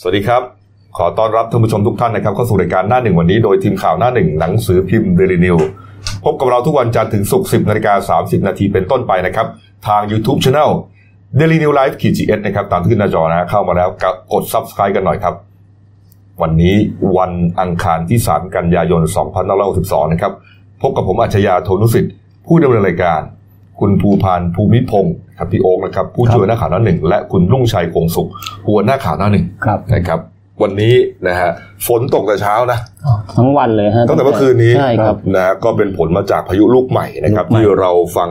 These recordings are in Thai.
สวัสดีครับ ขอต้อนรับท่านผู้ชมทุกท่านนะครับเข้าสู่รายการหน้าหนึ่งวันนี้โดยทีมข่าวหน้าหนึ่งหนังสือพิมพ์เดลินิวพบกับเราทุกวันจันทร์ถึงศุกร์10นาฬิกา30 นาทีเป็นต้นไปนะครับ ทาง YouTube Channel Daily New Life ขีดจีเอสนะครับ ตามที่ขึ้นหน้าจอนะฮะเข้ามาแล้วก็กด Subscribe กันหน่อยครับ วันนี้วันอังคารที่ 3 กันยายน 2562 นะครับ พบกับผมอัจฉริยาโทนุสิทธิ์ ผู้ดำเนินรายการ คุณภูพานภูมิพงศ์ครับพี่โอ๊กนะครับ ผู้ช่วยหน้าข่าวหน้าหนึ่งและคุณรุ่งชัยคงสุขหัวหน้าข่าวหน้าหนึ่ง ครับ นะครับวันนี้นะฮะฝนตกแต่เช้านะ ทั้งวันเลยฮะ ตั้งแต่เมื่อคืนนี้ ใช่ครับ นะฮะก็เป็นผลมาจากพายุลูกใหม่นะครับ ลูกใหม่ ที่เราฟัง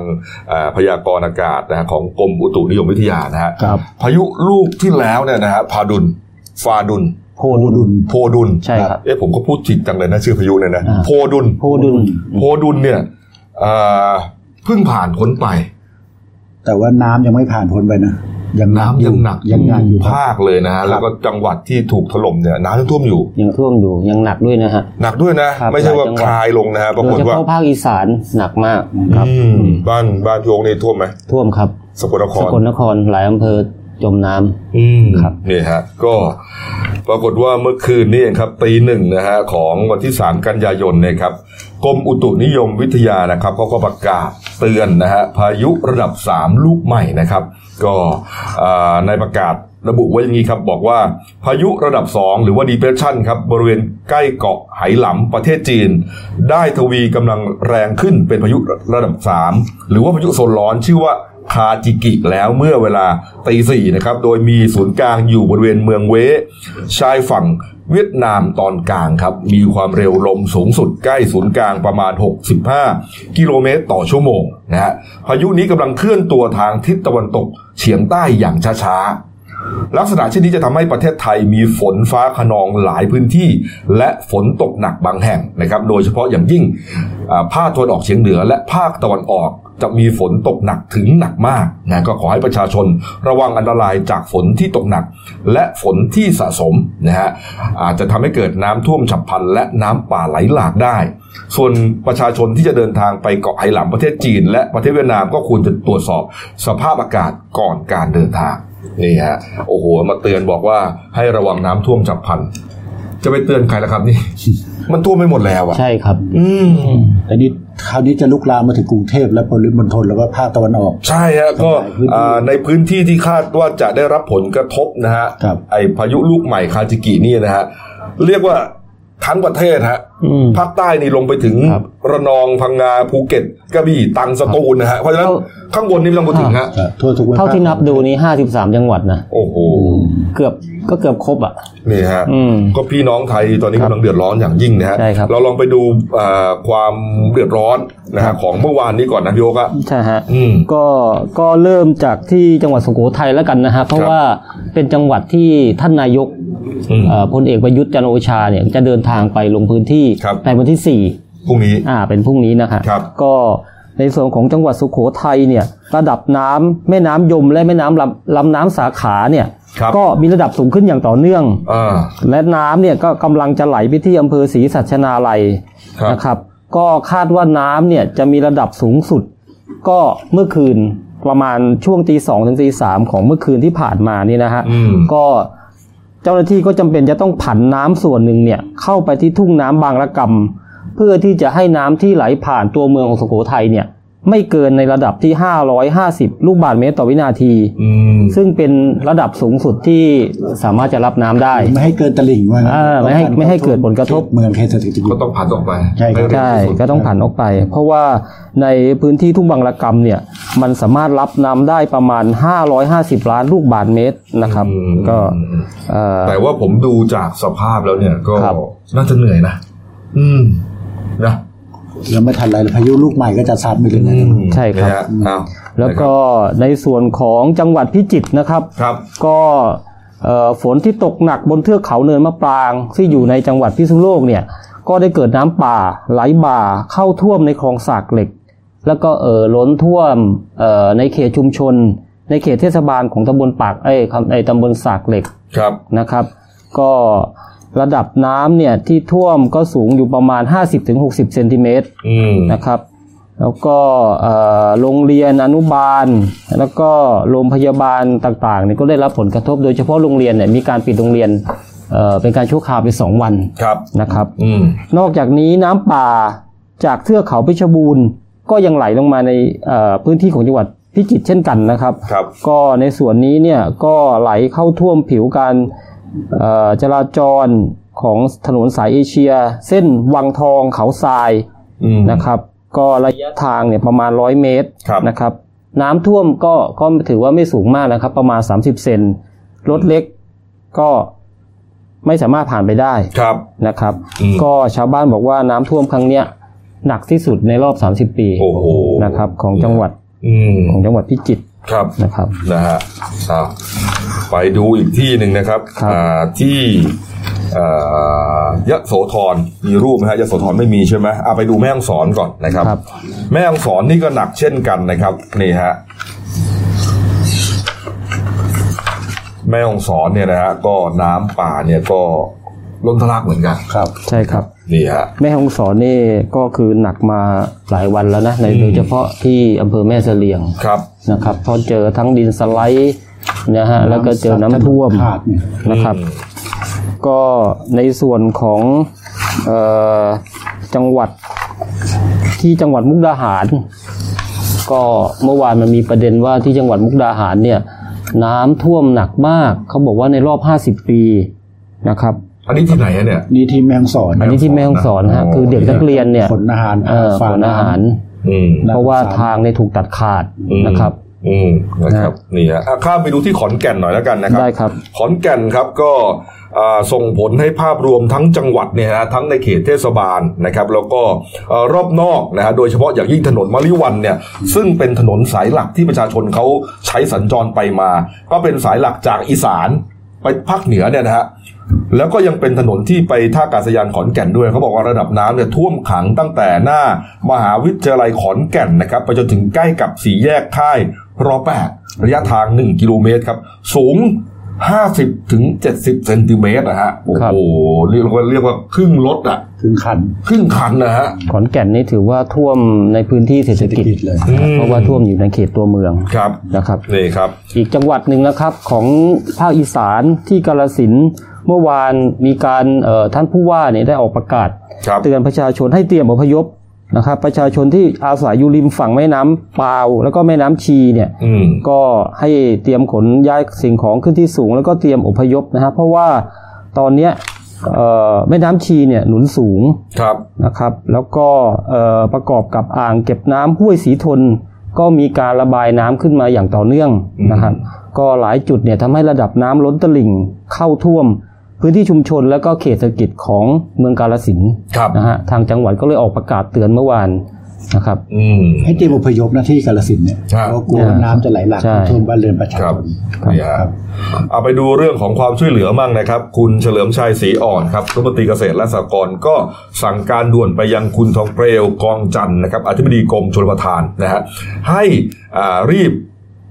อ่าพยากรณ์อากาศนะฮะของกรมอุตุนิยมวิทยานะฮะ ครับ พายุลูกที่แล้วเนี่ยนะฮะพาดุลฟาดุล โพดุล โพดุล ใช่ครับ เอ๊ะผมก็พูดผิดจังเลยนะชื่อพายุเนี่ยนะ อ่า โพดุล โพดุล โพดุลเนี่ยอ่าเพิ่งผ่านพ้นไป แต่ว่าน้ำยังไม่ผ่านพ้นไปนะยังหนัก น้ำยังหนัก ยังหนักอยู่ ภาคเลยนะฮะแล้วก็จังหวัดที่ถูกถล่มเนี่ยน้ำยังท่วมอยู่ ยังท่วมอยู่ยังหนักด้วยนะฮะ หนักด้วยนะ ครับ ไม่ใช่ว่า หลายจังคหวัดลายลงนะฮะปรา โด ก ย ฏ เฉ ว่า พาะภาคอีสานหนักมาก อืมบ้านบ้านพี่โอ๊คนี่ท่วมไหม ท่วมครับ สกลนค ส ร กลนครหลายอำเภอจมน้ำ อืม ครับ นี่ฮะ ก็ปรากฏว่าเมื่อคืนนี่เองครับตีหนึ่งนะฮะของวันที่ 3 กันยายนเนี่ยครับกรมอุตุนิยมวิทยานะครับเขาก็ประกาศเตือนนะฮะพายุระดับ 3 ลูกใหม่นะครับ ก็อ่าในประกาศระบุไว้อย่างนี้ครับ บอกว่าพายุระดับ 2 หรือว่า depression ครับบริเวณใกล้เกาะไหหลำประเทศจีน ได้ทวีกำลังแรงขึ้นเป็นพายุระดับ 3 หรือว่าพายุโซนร้อนชื่อว่า คาจิกิแล้วเมื่อเวลาตีสี่นะครับ โดยมีศูนย์กลางอยู่บริเวณเมืองเวชายฝั่งเวียดนามตอนกลางครับ มีความเร็วลมสูงสุดใกล้ศูนย์กลางประมาณ 65 กิโลเมตรต่อชั่วโมงนะฮะพายุนี้กำลังเคลื่อนตัวทางทิศตะวันตกเฉียงใต้อย่างช้าๆ ลักษณะเช่นนี้จะทำให้ประเทศไทยมีฝนฟ้าขนองหลายพื้นที่ และฝนตกหนักบางแห่งนะครับ โดยเฉพาะอย่างยิ่งอ่าภาคตะวันออกเฉียงเหนือ และภาคตะวันออกจะมีฝนตกหนักถึงหนักมากนะก็ขอให้ประชาชนระวังอันตรายจากฝนที่ตกหนัก และฝนที่สะสมนะฮะอาจจะทำให้เกิดน้ำท่วมฉับพลันและน้ำป่าไหลหลากได้ ส่วนประชาชนที่จะเดินทางไปเกาะไหหลำประเทศจีน และประเทศเวียดนามก็ควรจะตรวจสอบสภาพอากาศก่อนการเดินทาง นี่ฮะ โอ้โห มาเตือนบอกว่าให้ระวังน้ำท่วมฉับพลัน จะไปเตือนใครล่ะครับนี่ มันท่วมไม่หมดแล้วอะ ใช่ครับ อืม แต่นี่คราวนี้จะลุกลามมาถึงกรุงเทพและปริมณฑลแล้วก็ภาคตะวันออก ใช่ฮะ ก็ หลายพื้นที่ อ่าในพื้นที่ที่คาดว่าจะได้รับผลกระทบนะฮะ ครับ ไอพายุลูกใหม่คาจิกินี่นะฮะ เรียกว่าทั้งประเทศฮะ อืม ภาคใต้นี่ลงไปถึง ครับ ระนองพังงาภูเก็ตกระบี่ตรังสตูลนะฮะ เพราะฉะนั้น เท่า ข้างบนนี่ไม่ต้องพูดถึงฮะ ครับทั่วทุกวัน เท่าที่นับดูนี้ห้าสิบสามจังหวัดนะ โอ้โห เกือบก็เกือบครบอ่ะ นี่ฮะ อืม ก็พี่น้องไทยตอนนี้ ครับ กำลังเดือดร้อนอย่างยิ่งนะฮะ ใช่ครับ เราลองไปดูเอ่อความเดือดร้อนนะฮะของเมื่อวานนี้ก่อนนะพี่โอ๊คอะ ใช่ฮะ อืม ก็ก็เริ่มจากที่จังหวัดสุโขทัยแล้วกันนะฮะเพ ค ราะ รับ ว่าเป็นจังหวัดที่ท่านนายก อืม เอ่อพลเอกประยุทธ์จันทร์โอชาเนี่ยจะเดินทางไปลงพื้นที่ ครับ ในวันที่ พรุ่งนี้ 4 อ่าเป็นพรุ่งนี้นะฮะ ครับ ก็ในส่วนของจังหวัดสุโขทัยเนี่ยระดับน้ำแม่น้ำยมและแม่น้ำลำลำน้ำสาขาเนี่ย ครับ ก็มีระดับสูงขึ้นอย่างต่อเนื่อง อ่า และน้ำเนี่ยก็กำลังจะไหลไปที่อำเภอศรีสัชนาลัย ครับ นะครับ ก็คาดว่าน้ำเนี่ยจะมีระดับสูงสุด ก็เมื่อคืนประมาณช่วงตีสองถึงตีสามของเมื่อคืนที่ผ่านมานี่นะฮะ อืม ก็เจ้าหน้าที่ก็จำเป็นจะต้องผันน้ำส่วนหนึ่งเนี่ยเข้าไปที่ทุ่งน้ำบางระกำเพื่อที่จะให้น้ำที่ไหลผ่านตัวเมืองของสุโขทัยเนี่ยไม่เกินในระดับที่ 550 ลูกบาศก์เมตรต่อวินาที อืม ซึ่งเป็นระดับสูงสุดที่สามารถจะรับน้ำได้ ไม่ให้เกินตลิ่งว่างั้น อ่าไม่ให้ไม่ให้เกิดผลกระทบ เมืองเขตเศรษฐกิจ ก็ต้องผ่านออกไป ใช่ครับ ห้เร็ว ใช่ ที่สุด ก็ต้องผันออกไป เพราะว่าในพื้นที่ทุ่งบางระกำเนี่ย มันสามารถรับน้ำได้ประมาณ 550 ล้านลูกบาศก์เมตรนะครับ อืม ก็ อืมอืม เอ่อ แต่ว่าผมดูจากสภาพแล้วเนี่ย ก็ ครับ น่าจะเหนื่อยนะ อืม นะ แล้วไม่ทันไรพายุลูกใหม่ก็จะซัดไปเลยนะ อืม ใช่ครับ นะฮะอ้าว แล้วก็ในส่วนของจังหวัดพิจิตรนะครับ ครับ ก็เอ่อฝนที่ตกหนักบนเทือกเขาเนินมะปรางที่อยู่ในจังหวัดพิษณุโลกเนี่ย ก็ได้เกิดน้ำป่าไหลบ่าเข้าท่วมในคลองสากเหล็ก แล้วก็เอ่อล้นท่วมเอ่อในเขตชุมชน ในเขตเทศบาลของตำบลปากเอ้ยครับไอ้ตำบลสากเหล็ก ครับ นะครับ ก็ระดับน้ำเนี่ยที่ท่วมก็สูงอยู่ประมาณ 50-60เซนติเมตร อืม นะครับ แล้วก็เอ่อโรงเรียนอนุบาล แล้วก็โรงพยาบาลต่างๆเนี่ยก็ได้รับผลกระทบโดยเฉพาะโรงเรียนเนี่ยมีการปิดโรงเรียนเอ่อเป็นการชั่วคราวไปสองวัน ครับ นะครับ อืม นอกจากนี้น้ำป่าจากเทือกเขาเพชรบูรณ์ ก็ยังไหลลงมาในเอ่อพื้นที่ของจังหวัดพิจิตรเช่นกันนะครับ ครับ ก็ในส่วนนี้เนี่ยก็ไหลเข้าท่วมผิวการเอ่อจราจรของถนนสายเอเชีย เส้นวังทองเขาทราย อืม นะครับ ก็ระยะทางเนี่ยประมาณ 100 เมตร ครับ นะครับ น้ำท่วมก็ก็ถือว่าไม่สูงมากนะครับ ประมาณ 30 เซนรถเล็กก็ไม่สามารถผ่านไปได้ ครับ นะครับ อืม ก็ชาวบ้านบอกว่าน้ำท่วมครั้งเนี้ยหนักที่สุดในรอบ 30 ปี โอ้โห นะครับของจังหวัด อืม ของจังหวัดพิจิตร ครับ นะครับ นะฮะอ่ะไปดูอีกที่หนึ่งนะครับ ครับ อ่าที่อ่ายะโสธรมีรูปไหมฮะยะโสธรไม่มีใช่ไหมอ่ะไปดูแม่ฮ่องสอนก่อนนะครับ ครับ แม่ฮ่องสอนนี่ก็หนักเช่นกันนะครับนี่ฮะแม่ฮ่องสอนเนี่ยนะฮะก็น้ำป่าเนี่ยก็ล้นทะลักเหมือนกัน ครับ ใช่ครับ นี่ฮะ แม่ฮ่องสอนนี่ก็คือหนักมาหลายวันแล้วนะในโดยเฉพาะที่อำเภอแม่เสลียง ครับ นะครับเพราะเจอทั้งดินสไลด์นะฮะแล้วก็เจอน้ำท่วม ขาดเนี่ย นะครับ ก็ในส่วนของเออจังหวัดที่จังหวัดมุกดาหาร ก็เมื่อวานมันมีประเด็นว่าที่จังหวัดมุกดาหารเนี่ยน้ำท่วมหนักมาก เขาบอกว่าในรอบ 50 ปีนะครับ อันนี้ที่ไหนอะเนี่ย นี่ที่แมงสอน อันนี้ที่แม่ฮ่องสอนนะฮะคือเด็กนักเรียนเนี่ย ขนอาหาร เอ่อขนอาหาร อืม เพราะว่าทางในยถูกตัดขาด อืม นะครับ อืมนะครับนี่ฮะอ่ะข้ามไปดูที่ขอนแก่นหน่อยแล้วกันนะครับ ได้ครับ ขอนแก่นครับก็อ่าส่งผลให้ภาพรวมทั้งจังหวัดเนี่ยฮะทั้งในเขตเทศบาลนะครับ แล้วก็เอ่อรอบนอกนะฮะโดยเฉพาะอย่างยิ่งถนนมะลิวันเนี่ยซึ่งเป็นถนนสายหลักที่ประชาชนเขาใช้สัญจรไปมา ก็เป็นสายหลักจากอีสานไปภาคเหนือเนี่ยนะฮะแล้วก็ยังเป็นถนนที่ไปท่าอากาศยานขอนแก่นด้วยเขาบอกว่าระดับน้ำเนี่ยท่วมขังตั้งแต่หน้ามหาวิทยาลัยขอนแก่นนะครับไปจนถึงใกล้กับสี่แยกค่ายรอแปดระยะทาง 1 กิโลเมตรครับสูง ห้าสิบถึงเจ็ดสิบเซนติเมตรนะฮะ โอ้ ครับ โหเรียกว่าเรียกว่าครึ่งรถอ่ะ ถึงขัน ครึ่งคันนะฮะ ขอนแก่นนี่ถือว่าท่วมในพื้นที่เศรษฐ เศรษฐ กิจ กิจเลย อืม เพราะว่าท่วมอยู่ในเขตตัวเมือง ครับ นะครับ นี่ครับ อีกจังหวัดหนึ่งนะครับของภาคอีสานที่กาลสินธุ์เมื่อวานมีการเอ่อท่านผู้ว่าเนี่ยได้ออกประกาศ ครับ เตือนประชาชนให้เตรียมอพยพนะครับ ประชาชนที่อาศัยอยู่ริมฝั่งแม่น้ำปาว แล้วก็แม่น้ำชีเนี่ย อืม ก็ให้เตรียมขนย้ายสิ่งของขึ้นที่สูง แล้วก็เตรียมอพยพนะฮะเพราะว่าตอนเนี้ยเอ่อแม่น้ำชีเนี่ยหนุนสูง ครับ นะครับแล้วก็เอ่อประกอบกับอ่างเก็บน้ำห้วยสีทน ก็มีการระบายน้ำขึ้นมาอย่างต่อเนื่อง อืม นะครับก็หลายจุดเนี่ยทำให้ระดับน้ำล้นตลิ่งเข้าท่วม พื้นที่ชุมชนและก็เขตเศรษฐกิจของเมืองกาลสินธุ์ ครับ นะฮะทางจังหวัดก็เลยออกประกาศเตือนเมื่อวานนะครับ อืม ให้เตรียมอพยพหน้าที่กาลสินธุ์เนี่ย ครับ เพราะกลัวน้ำจะไหลหลาก ใช่ เข้าท่วมบ้านเรือนประชา ค ช รับ น นี่ฮะ ครับ เอาไปดูเรื่องของความช่วยเหลือมั่งนะครับ คุณเฉลิมชัยศรีอ่อนครับรัฐมนตรีเกษตรและสหกรณ์ก็สั่งการด่วนไปยังคุณทองเปลวกองจันทร์นะครับอธิบดีกรมชลประทานนะฮะให้อ่ารีบ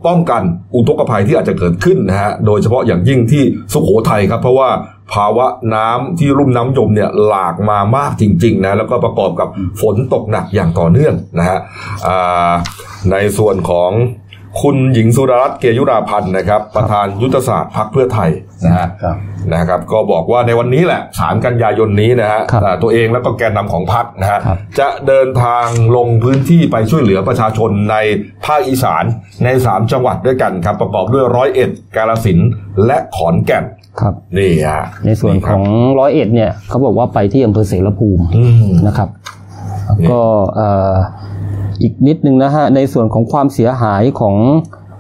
ป้องกันอุทกภัยที่อาจจะเกิดขึ้นนะฮะโดยเฉพาะอย่างยิ่งที่สุโขทัยครับเพราะว่า ภาวะน้ำที่รุ่มน้ำยมเนี่ยหลากมามากจริงๆนะแล้วก็ประกอบกับฝนตกหนักอย่างต่อเนื่องนะฮะอ่าในส่วนของคุณหญิงสุดารัตน์เกยุราพันธ์นะครับ ประธานยุทธศาสตร์พรรคเพื่อไทยนะฮะ ครับ นะครับ ก็บอกว่าในวันนี้แหละ 3 กันยายนนี้นะฮะ ครับ อ่าตัวเองแล้วก็แกนนำของพรรคนะฮะ ครับ จะเดินทางลงพื้นที่ไปช่วยเหลือประชาชนในภาคอีสานใน 3 จังหวัดด้วยกันครับ ประกอบด้วยร้อยเอ็ดกาฬสินธุ์และขอนแก่น ครับ นี่ฮะ ในส่วน ค ข รับ องร้อยเอ็ดเนี่ยเขาบอกว่าไปที่อำเภอเสรภูมิ อืม นะครับแล้วก็เอ่ออีกนิดนึงนะฮะในส่วนของความเสียหายของ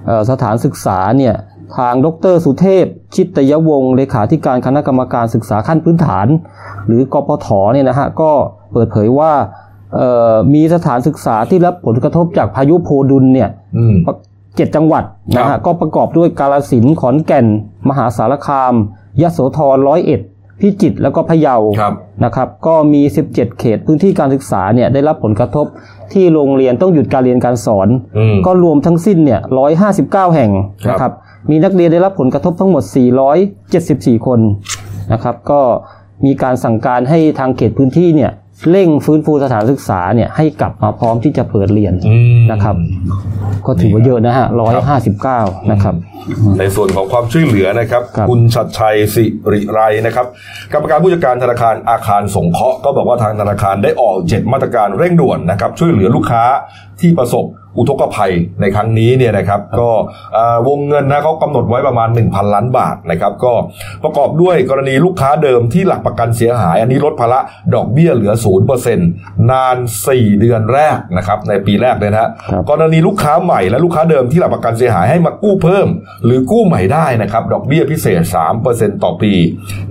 เออสถานศึกษาเนี่ยทางดรสุเทพ ชิตยวงศ์เลขาธิการคณะกรรมการศึกษาขั้นพื้นฐาน หรือกปทเนี่ยนะฮะก็เปิดเผยว่าเอ่อมีสถานศึกษาที่รับผลกระทบจากพายุโพดุลเนี่ย อืม เจ็ดจังหวัดคนะรั ฮะ บ ก็ประกอบด้วยกาลสินธุ์ขอนแก่น มหาสารคามยโสธรร้อยเอ็ดพิจิตรแล้วก็พะเยา ครับ นะครับก็มี 17 เขตพื้นที่การศึกษาเนี่ยได้รับผลกระทบที่โรงเรียนต้องหยุดการเรียนการสอน อืม ก็รวมทั้งสิ้นเนี่ย159 แห่ง ครับ นะครับมีนักเรียนได้รับผลกระทบทั้งหมด 474 คนนะครับก็มีการสั่งการให้ทางเขตพื้นที่เนี่ย เร่งฟื้นฟูสถานศึกษาเนี่ยให้กลับมาพร้อมที่จะเปิดเรียน อืม นะครับ ก็ถือว่าเยอะนะฮะร้อยห้าสิบเก้านะครับ ในส่วนของความช่วยเหลือนะครับ ครับ ณชัดชัยสิริไรนะครับกรรมการผู้จัดการธนาคารอาคารสงเคราะห์ก็บอกว่าทางธนาคารได้ออกเจ็ดมาตรการเร่งด่วนนะครับช่วยเหลือลูกค้าที่ประสบอุทกภัยในครั้งนี้เนี่ยนะครับก็เอ่อวงเงินนะเขากำหนดไว้ประมาณ 1,000 ล้านบาทนะครับก็ประกอบด้วยกรณีลูกค้าเดิมที่หลักประกันเสียหาย อันนี้ลดภาระดอกเบี้ยเหลือ 0%นาน 4 เดือนแรกนะครับในปีแรกเลยนะฮะ ครับ กรณีลูกค้าใหม่และลูกค้าเดิมที่หลักประกันเสียหายให้มากู้เพิ่ม หรือกู้ใหม่ได้นะครับ ดอกเบี้ยพิเศษ 3%ต่อปี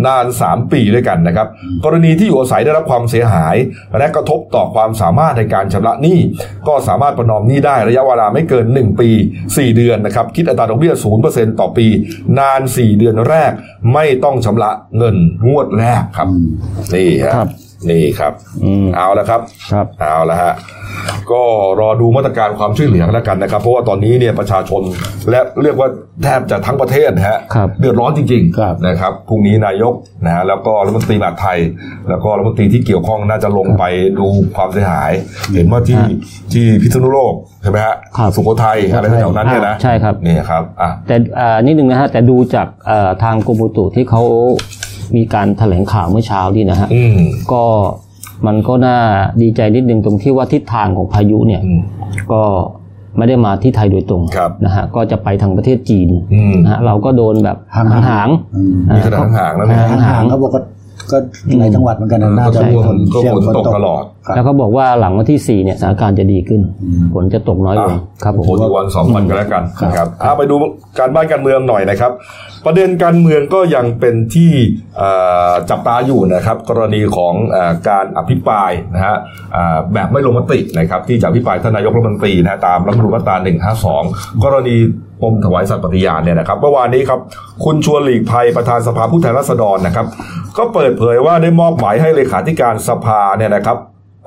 นาน 3 ปีด้วยกันนะครับ กรณีที่อยู่อาศัยได้รับความเสียหาย และกระทบต่อความสามารถในการชำระหนี้ก็สามารถประนอมหนี้ได้ระยะเวลาไม่เกิน 1 ปี 4 เดือนนะครับ คิดอัตราดอกเบี้ย 0%ต่อปี นาน 4 เดือนแรก ไม่ต้องชำระเงินงวดแรกครับนี่ฮะ ครับ นี่ครับ อืม เอาละครับ ครับ เอาละฮะ ก็รอดูมาตรการความช่วยเหลือกันแล้วกันนะครับ เพราะว่าตอนนี้เนี่ยประชาชนและเรียกว่าแทบจะทั้งประเทศนะฮะ ครับ เดือดร้อนจริง ครับ นะครับพรุ่งนี้นายกนะฮะแล้วก็รัฐมนตรีมหาดไทย แล้วก็รัฐมนตรีที่เกี่ยวข้องน่าจะลงไปดูความเสียหาย เห็นว่าที่ที่พิษณุโลกใช่ไหมฮะ ครับ สุโขทัยอะไรแถวๆนั้นเนี่ยนะ ใช่ครับ นี่ครับอ่ะ แต่อ่านิดนึงนะฮะ แต่ดูจากเอ่อทางกรมอุตุที่เขามีการถแถลงข่าวเมื่อเช้านี่นะฮะ อืม ก็มันก็น่าดีใจนิดนึงตรงที่ว่าทิศทางของพายุเนี่ย อืม ก็ไม่ได้มาที่ไทยโดยตรง ครับ นะฮะก็จะไปทางประเทศจีน อืม นะฮะเราก็โดนแบบ ห่างๆ หาง อืม ๆ มีขนาด อ่า ห่างๆแล้วเนี่ย อ่ ห่างๆเขาบอกก็ก็หลายจังหวัดเหมือนกันนะน่าจะมีฝน ก็ เชี่ยว ฝน ฝน ตก ตก ตลอด ครับ แล้วเขาบอกว่าหลังวันที่สี่เนี่ยสถานการณ์จะดีขึ้นฝนจะตกน้อยลง อ่ะ ครับผม โหอีกวันสองวันก็แล้วกัน ครับ นะครับเอาไปดูการบ้านการเมืองหน่อยนะครับ ประเด็นการเมืองก็ยังเป็นที่เอ่อจับตาอยู่นะครับ กรณีของเอ่อการอภิปรายนะฮะเอ่อแบบไม่ลงมตินะครับ ที่จะอภิปรายท่านนายกรัฐมนตรีนะฮะตามรัฐธรรมนูญมาตรา152 กรณีปมถวายสัตย์ปฏิญาณเนี่ยนะครับเมื่อวานนี้ครับคุณชวนหลีกภัยประธานสภาผู้แทนราษฎรนะครับ ก็เปิดเผยว่าได้มอบหมายให้เลขาธิการสภาเนี่ยนะครับ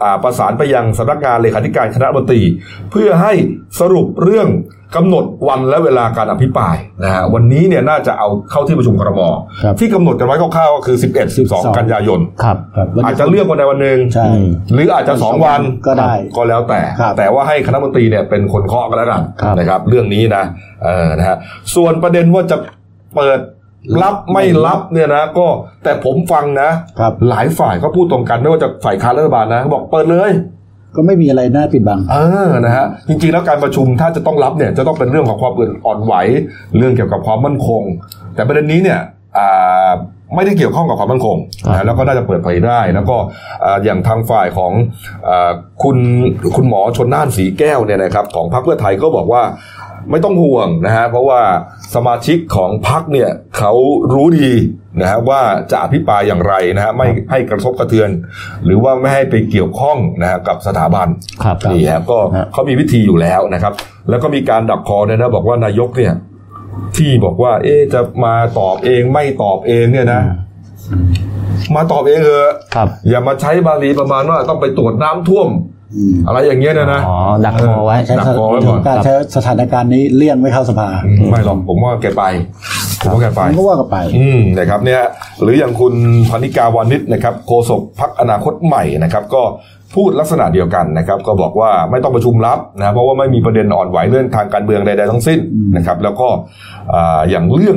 อ่าประสานไปยังสำนักงานเลขาธิการคณะรัฐมนตรี เพื่อให้สรุปเรื่องกำหนดวันและเวลาการอภิปรายนะฮะวันนี้เนี่ยน่าจะเอาเข้าที่ประชุมครม ครับ ที่กำหนดกันไว้คร่าวๆก็คือ 11 12 กันยายน ครับ ครับวัน อาจ นี้ จะเลือกวันใดวันหนึ่ง ใช่ หรืออาจจะสองวัน ก็ได้ ก็แล้วแต่ ครับ แต่ว่าให้คณะมนตรีเนี่ยเป็นคนเคาะกันแล้วกัน ครับ นะครับ เรื่องนี้นะเออนะฮะส่วนประเด็นว่าจะเปิดรับไม่รับเนี่ยนะ ก็แต่ผมฟังนะครับ หลายฝ่ายก็พูดตรงกันไม่ว่าจะฝ่ายค้านรัฐบาลนะเขาบอกเปิดเลย ก็ไม่มีอะไรน่าปิดบัง เออ นะฮะ จริงๆ แล้วการประชุมถ้าจะต้องรับเนี่ย จะต้องเป็นเรื่องของความอ่อนไหว เรื่องเกี่ยวกับความมั่นคง แต่ประเด็นนี้เนี่ยอ่าไม่ได้เกี่ยวข้องกับความมั่นคง ครับ นะแล้วก็น่าจะเปิดเผยได้ แล้วก็อ่าอย่างทางฝ่ายของอาคุณคุณหมอชนน่านสีแก้วเนี่ยนะครับของพรรคเพื่อไทยก็บอกว่าไม่ต้องห่วงนะฮะเพราะว่าสมาชิกของพรรคเนี่ยเขารู้ดีนะฮะว่าจะอภิปรายอย่างไรนะฮะไม่ให้กระทบกระเทือน หรือว่าไม่ให้ไปเกี่ยวข้องนะฮะกับสถาบัน ครับ นี่ครับก็ ฮะ เขามีวิธีอยู่แล้วนะครับ แล้วก็มีการดักคอเนี่ยนะบอกว่านายกเนี่ยที่บอกว่า เอ๊ะจะมาตอบเองไม่ตอบเองเนี่ยนะ มาตอบเองเถอะ ครับ อย่ามาใช้บาลีประมาณว่าต้องไปตรวจน้ำท่วม อืม อะไรอย่างเงี้ยเนยนะ อ๋อดักคอไว้ ใช้ ดักคอไว้ก่อน การใช้สถานการณ์นี้เลี่ยงไม่เข้าสภา ไม่หรอกผมว่าแกไปผมว่าแกไป มันก็ว่ากันไป อืมนะครับเนี่ยหรืออย่างคุณพนิกาวานิชนะครับโฆษกพักอนาคตใหม่นะครับก็พูดลักษณะเดียวกันนะครับ ก็บอกว่าไม่ต้องประชุมลับนะเพราะว่าไม่มีประเด็นอ่อนไหวเรื่องทางการเมืองใดๆทั้งสิ้นนะครับ แล้วก็อ่าอย่างเรื่อง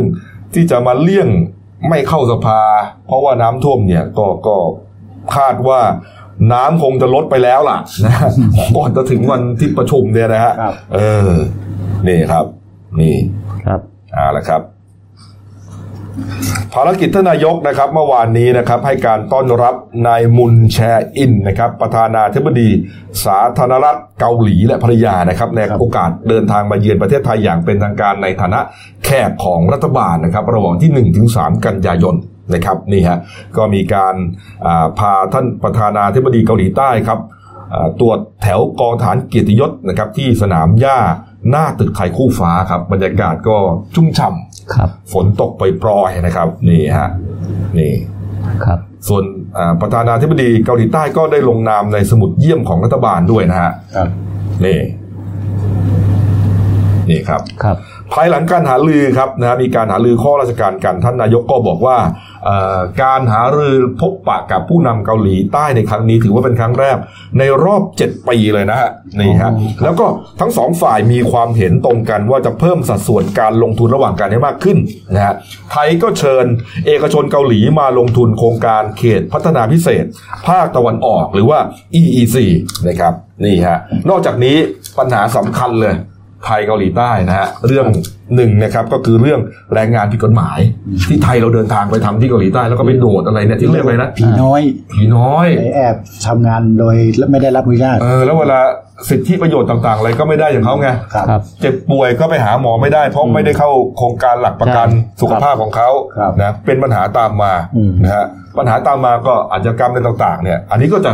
ที่จะมาเลี่ยงไม่เข้าสภา เพราะว่าน้ำท่วมเนี่ยก็ก็คาดว่าน้ำคงจะลดไปแล้วล่ะ นะ ก่อนจะถึงวันที่ประชุมเนี่ยนะฮะ ครับ เออนี่ครับ นี่ ครับ เอาละครับ ภารกิจท่านนายกนะครับ เมื่อวานนี้นะครับ ให้การต้อนรับนายมุนแชอินนะครับ ประธานาธิบดี สาธารณรัฐเกาหลีและภรรยานะครับ ในโอกาสเดินทางมาเยือนประเทศไทยอย่างเป็นทางการในฐานะแขกของรัฐบาลนะครับ ระหว่างที่ 1-3 กันยายนนะครับนี่ฮะก็มีการอ่าพาท่านประธานาธิบดีเกาหลีใต้ครับ อ่าตรวจแถวกองฐานเกียรติยศนะครับที่สนามหญ้าหน้าตึกไทยคู่ฟ้าครับ บรรยากาศก็ชุ่มฉ่ ครับ ำฝนตกปปรอยๆนะครับ นี่ฮะนี่ ครับ ส่วนอ่าประธานาธิบดีเกาหลีใต้ก็ได้ลงนามในสมุดเยี่ยมของรัฐบาลด้วยนะฮะ ครับ นี่นี่ครับ ครับ ภายหลังการหาลือครับนะฮะมีการหาลือข้อราชการกันท่านนายกก็บอกว่า เอ่อการหารือพบปะกับผู้นำเกาหลีใต้ในครั้งนี้ถือว่าเป็นครั้งแรกในรอบ 7 ปีเลยนะฮะนี่ฮะแล้วก็ทั้งสองฝ่ายมีความเห็นตรงกันว่าจะเพิ่มสัดส่วนการลงทุนระหว่างกันให้มากขึ้นนะฮะไทยก็เชิญเอกชนเกาหลีมาลงทุนโครงการเขตพัฒนาพิเศษ ภาคตะวันออกหรือว่า EEC นะครับนี่ฮะนอกจากนี้ปัญหาสำคัญเลย ไทยเกาหลีใต้นะฮะเรื่องหนึ่งนะครับก็คือเรื่องแรงงานผิดกฎหมาย ที่ไทยเราเดินทางไปทำที่เกาหลีใต้แล้วก็ไปโดดอะไรเนี่ยที่เรียกอะไรนะ ผีน้อย ผีน้อย ไปแอบทำงานโดยไม่ได้รับอนุญาต เออแล้วเวลาสิทธิประโยชน์ต่าง ๆ อะไรก็ไม่ได้อย่างเขาไง ครับ ครับ เจ็บป่วยก็ไปหาหมอไม่ได้ เพราะไม่ได้เข้าโครงการหลักประกัน ใช่ สุขภาพของเขา ครับ นะเป็นปัญหาตามมา อืม นะฮะปัญหาตามมาก็อาชญากรรมอะไรต่างๆ เนี่ย อันนี้ก็จะ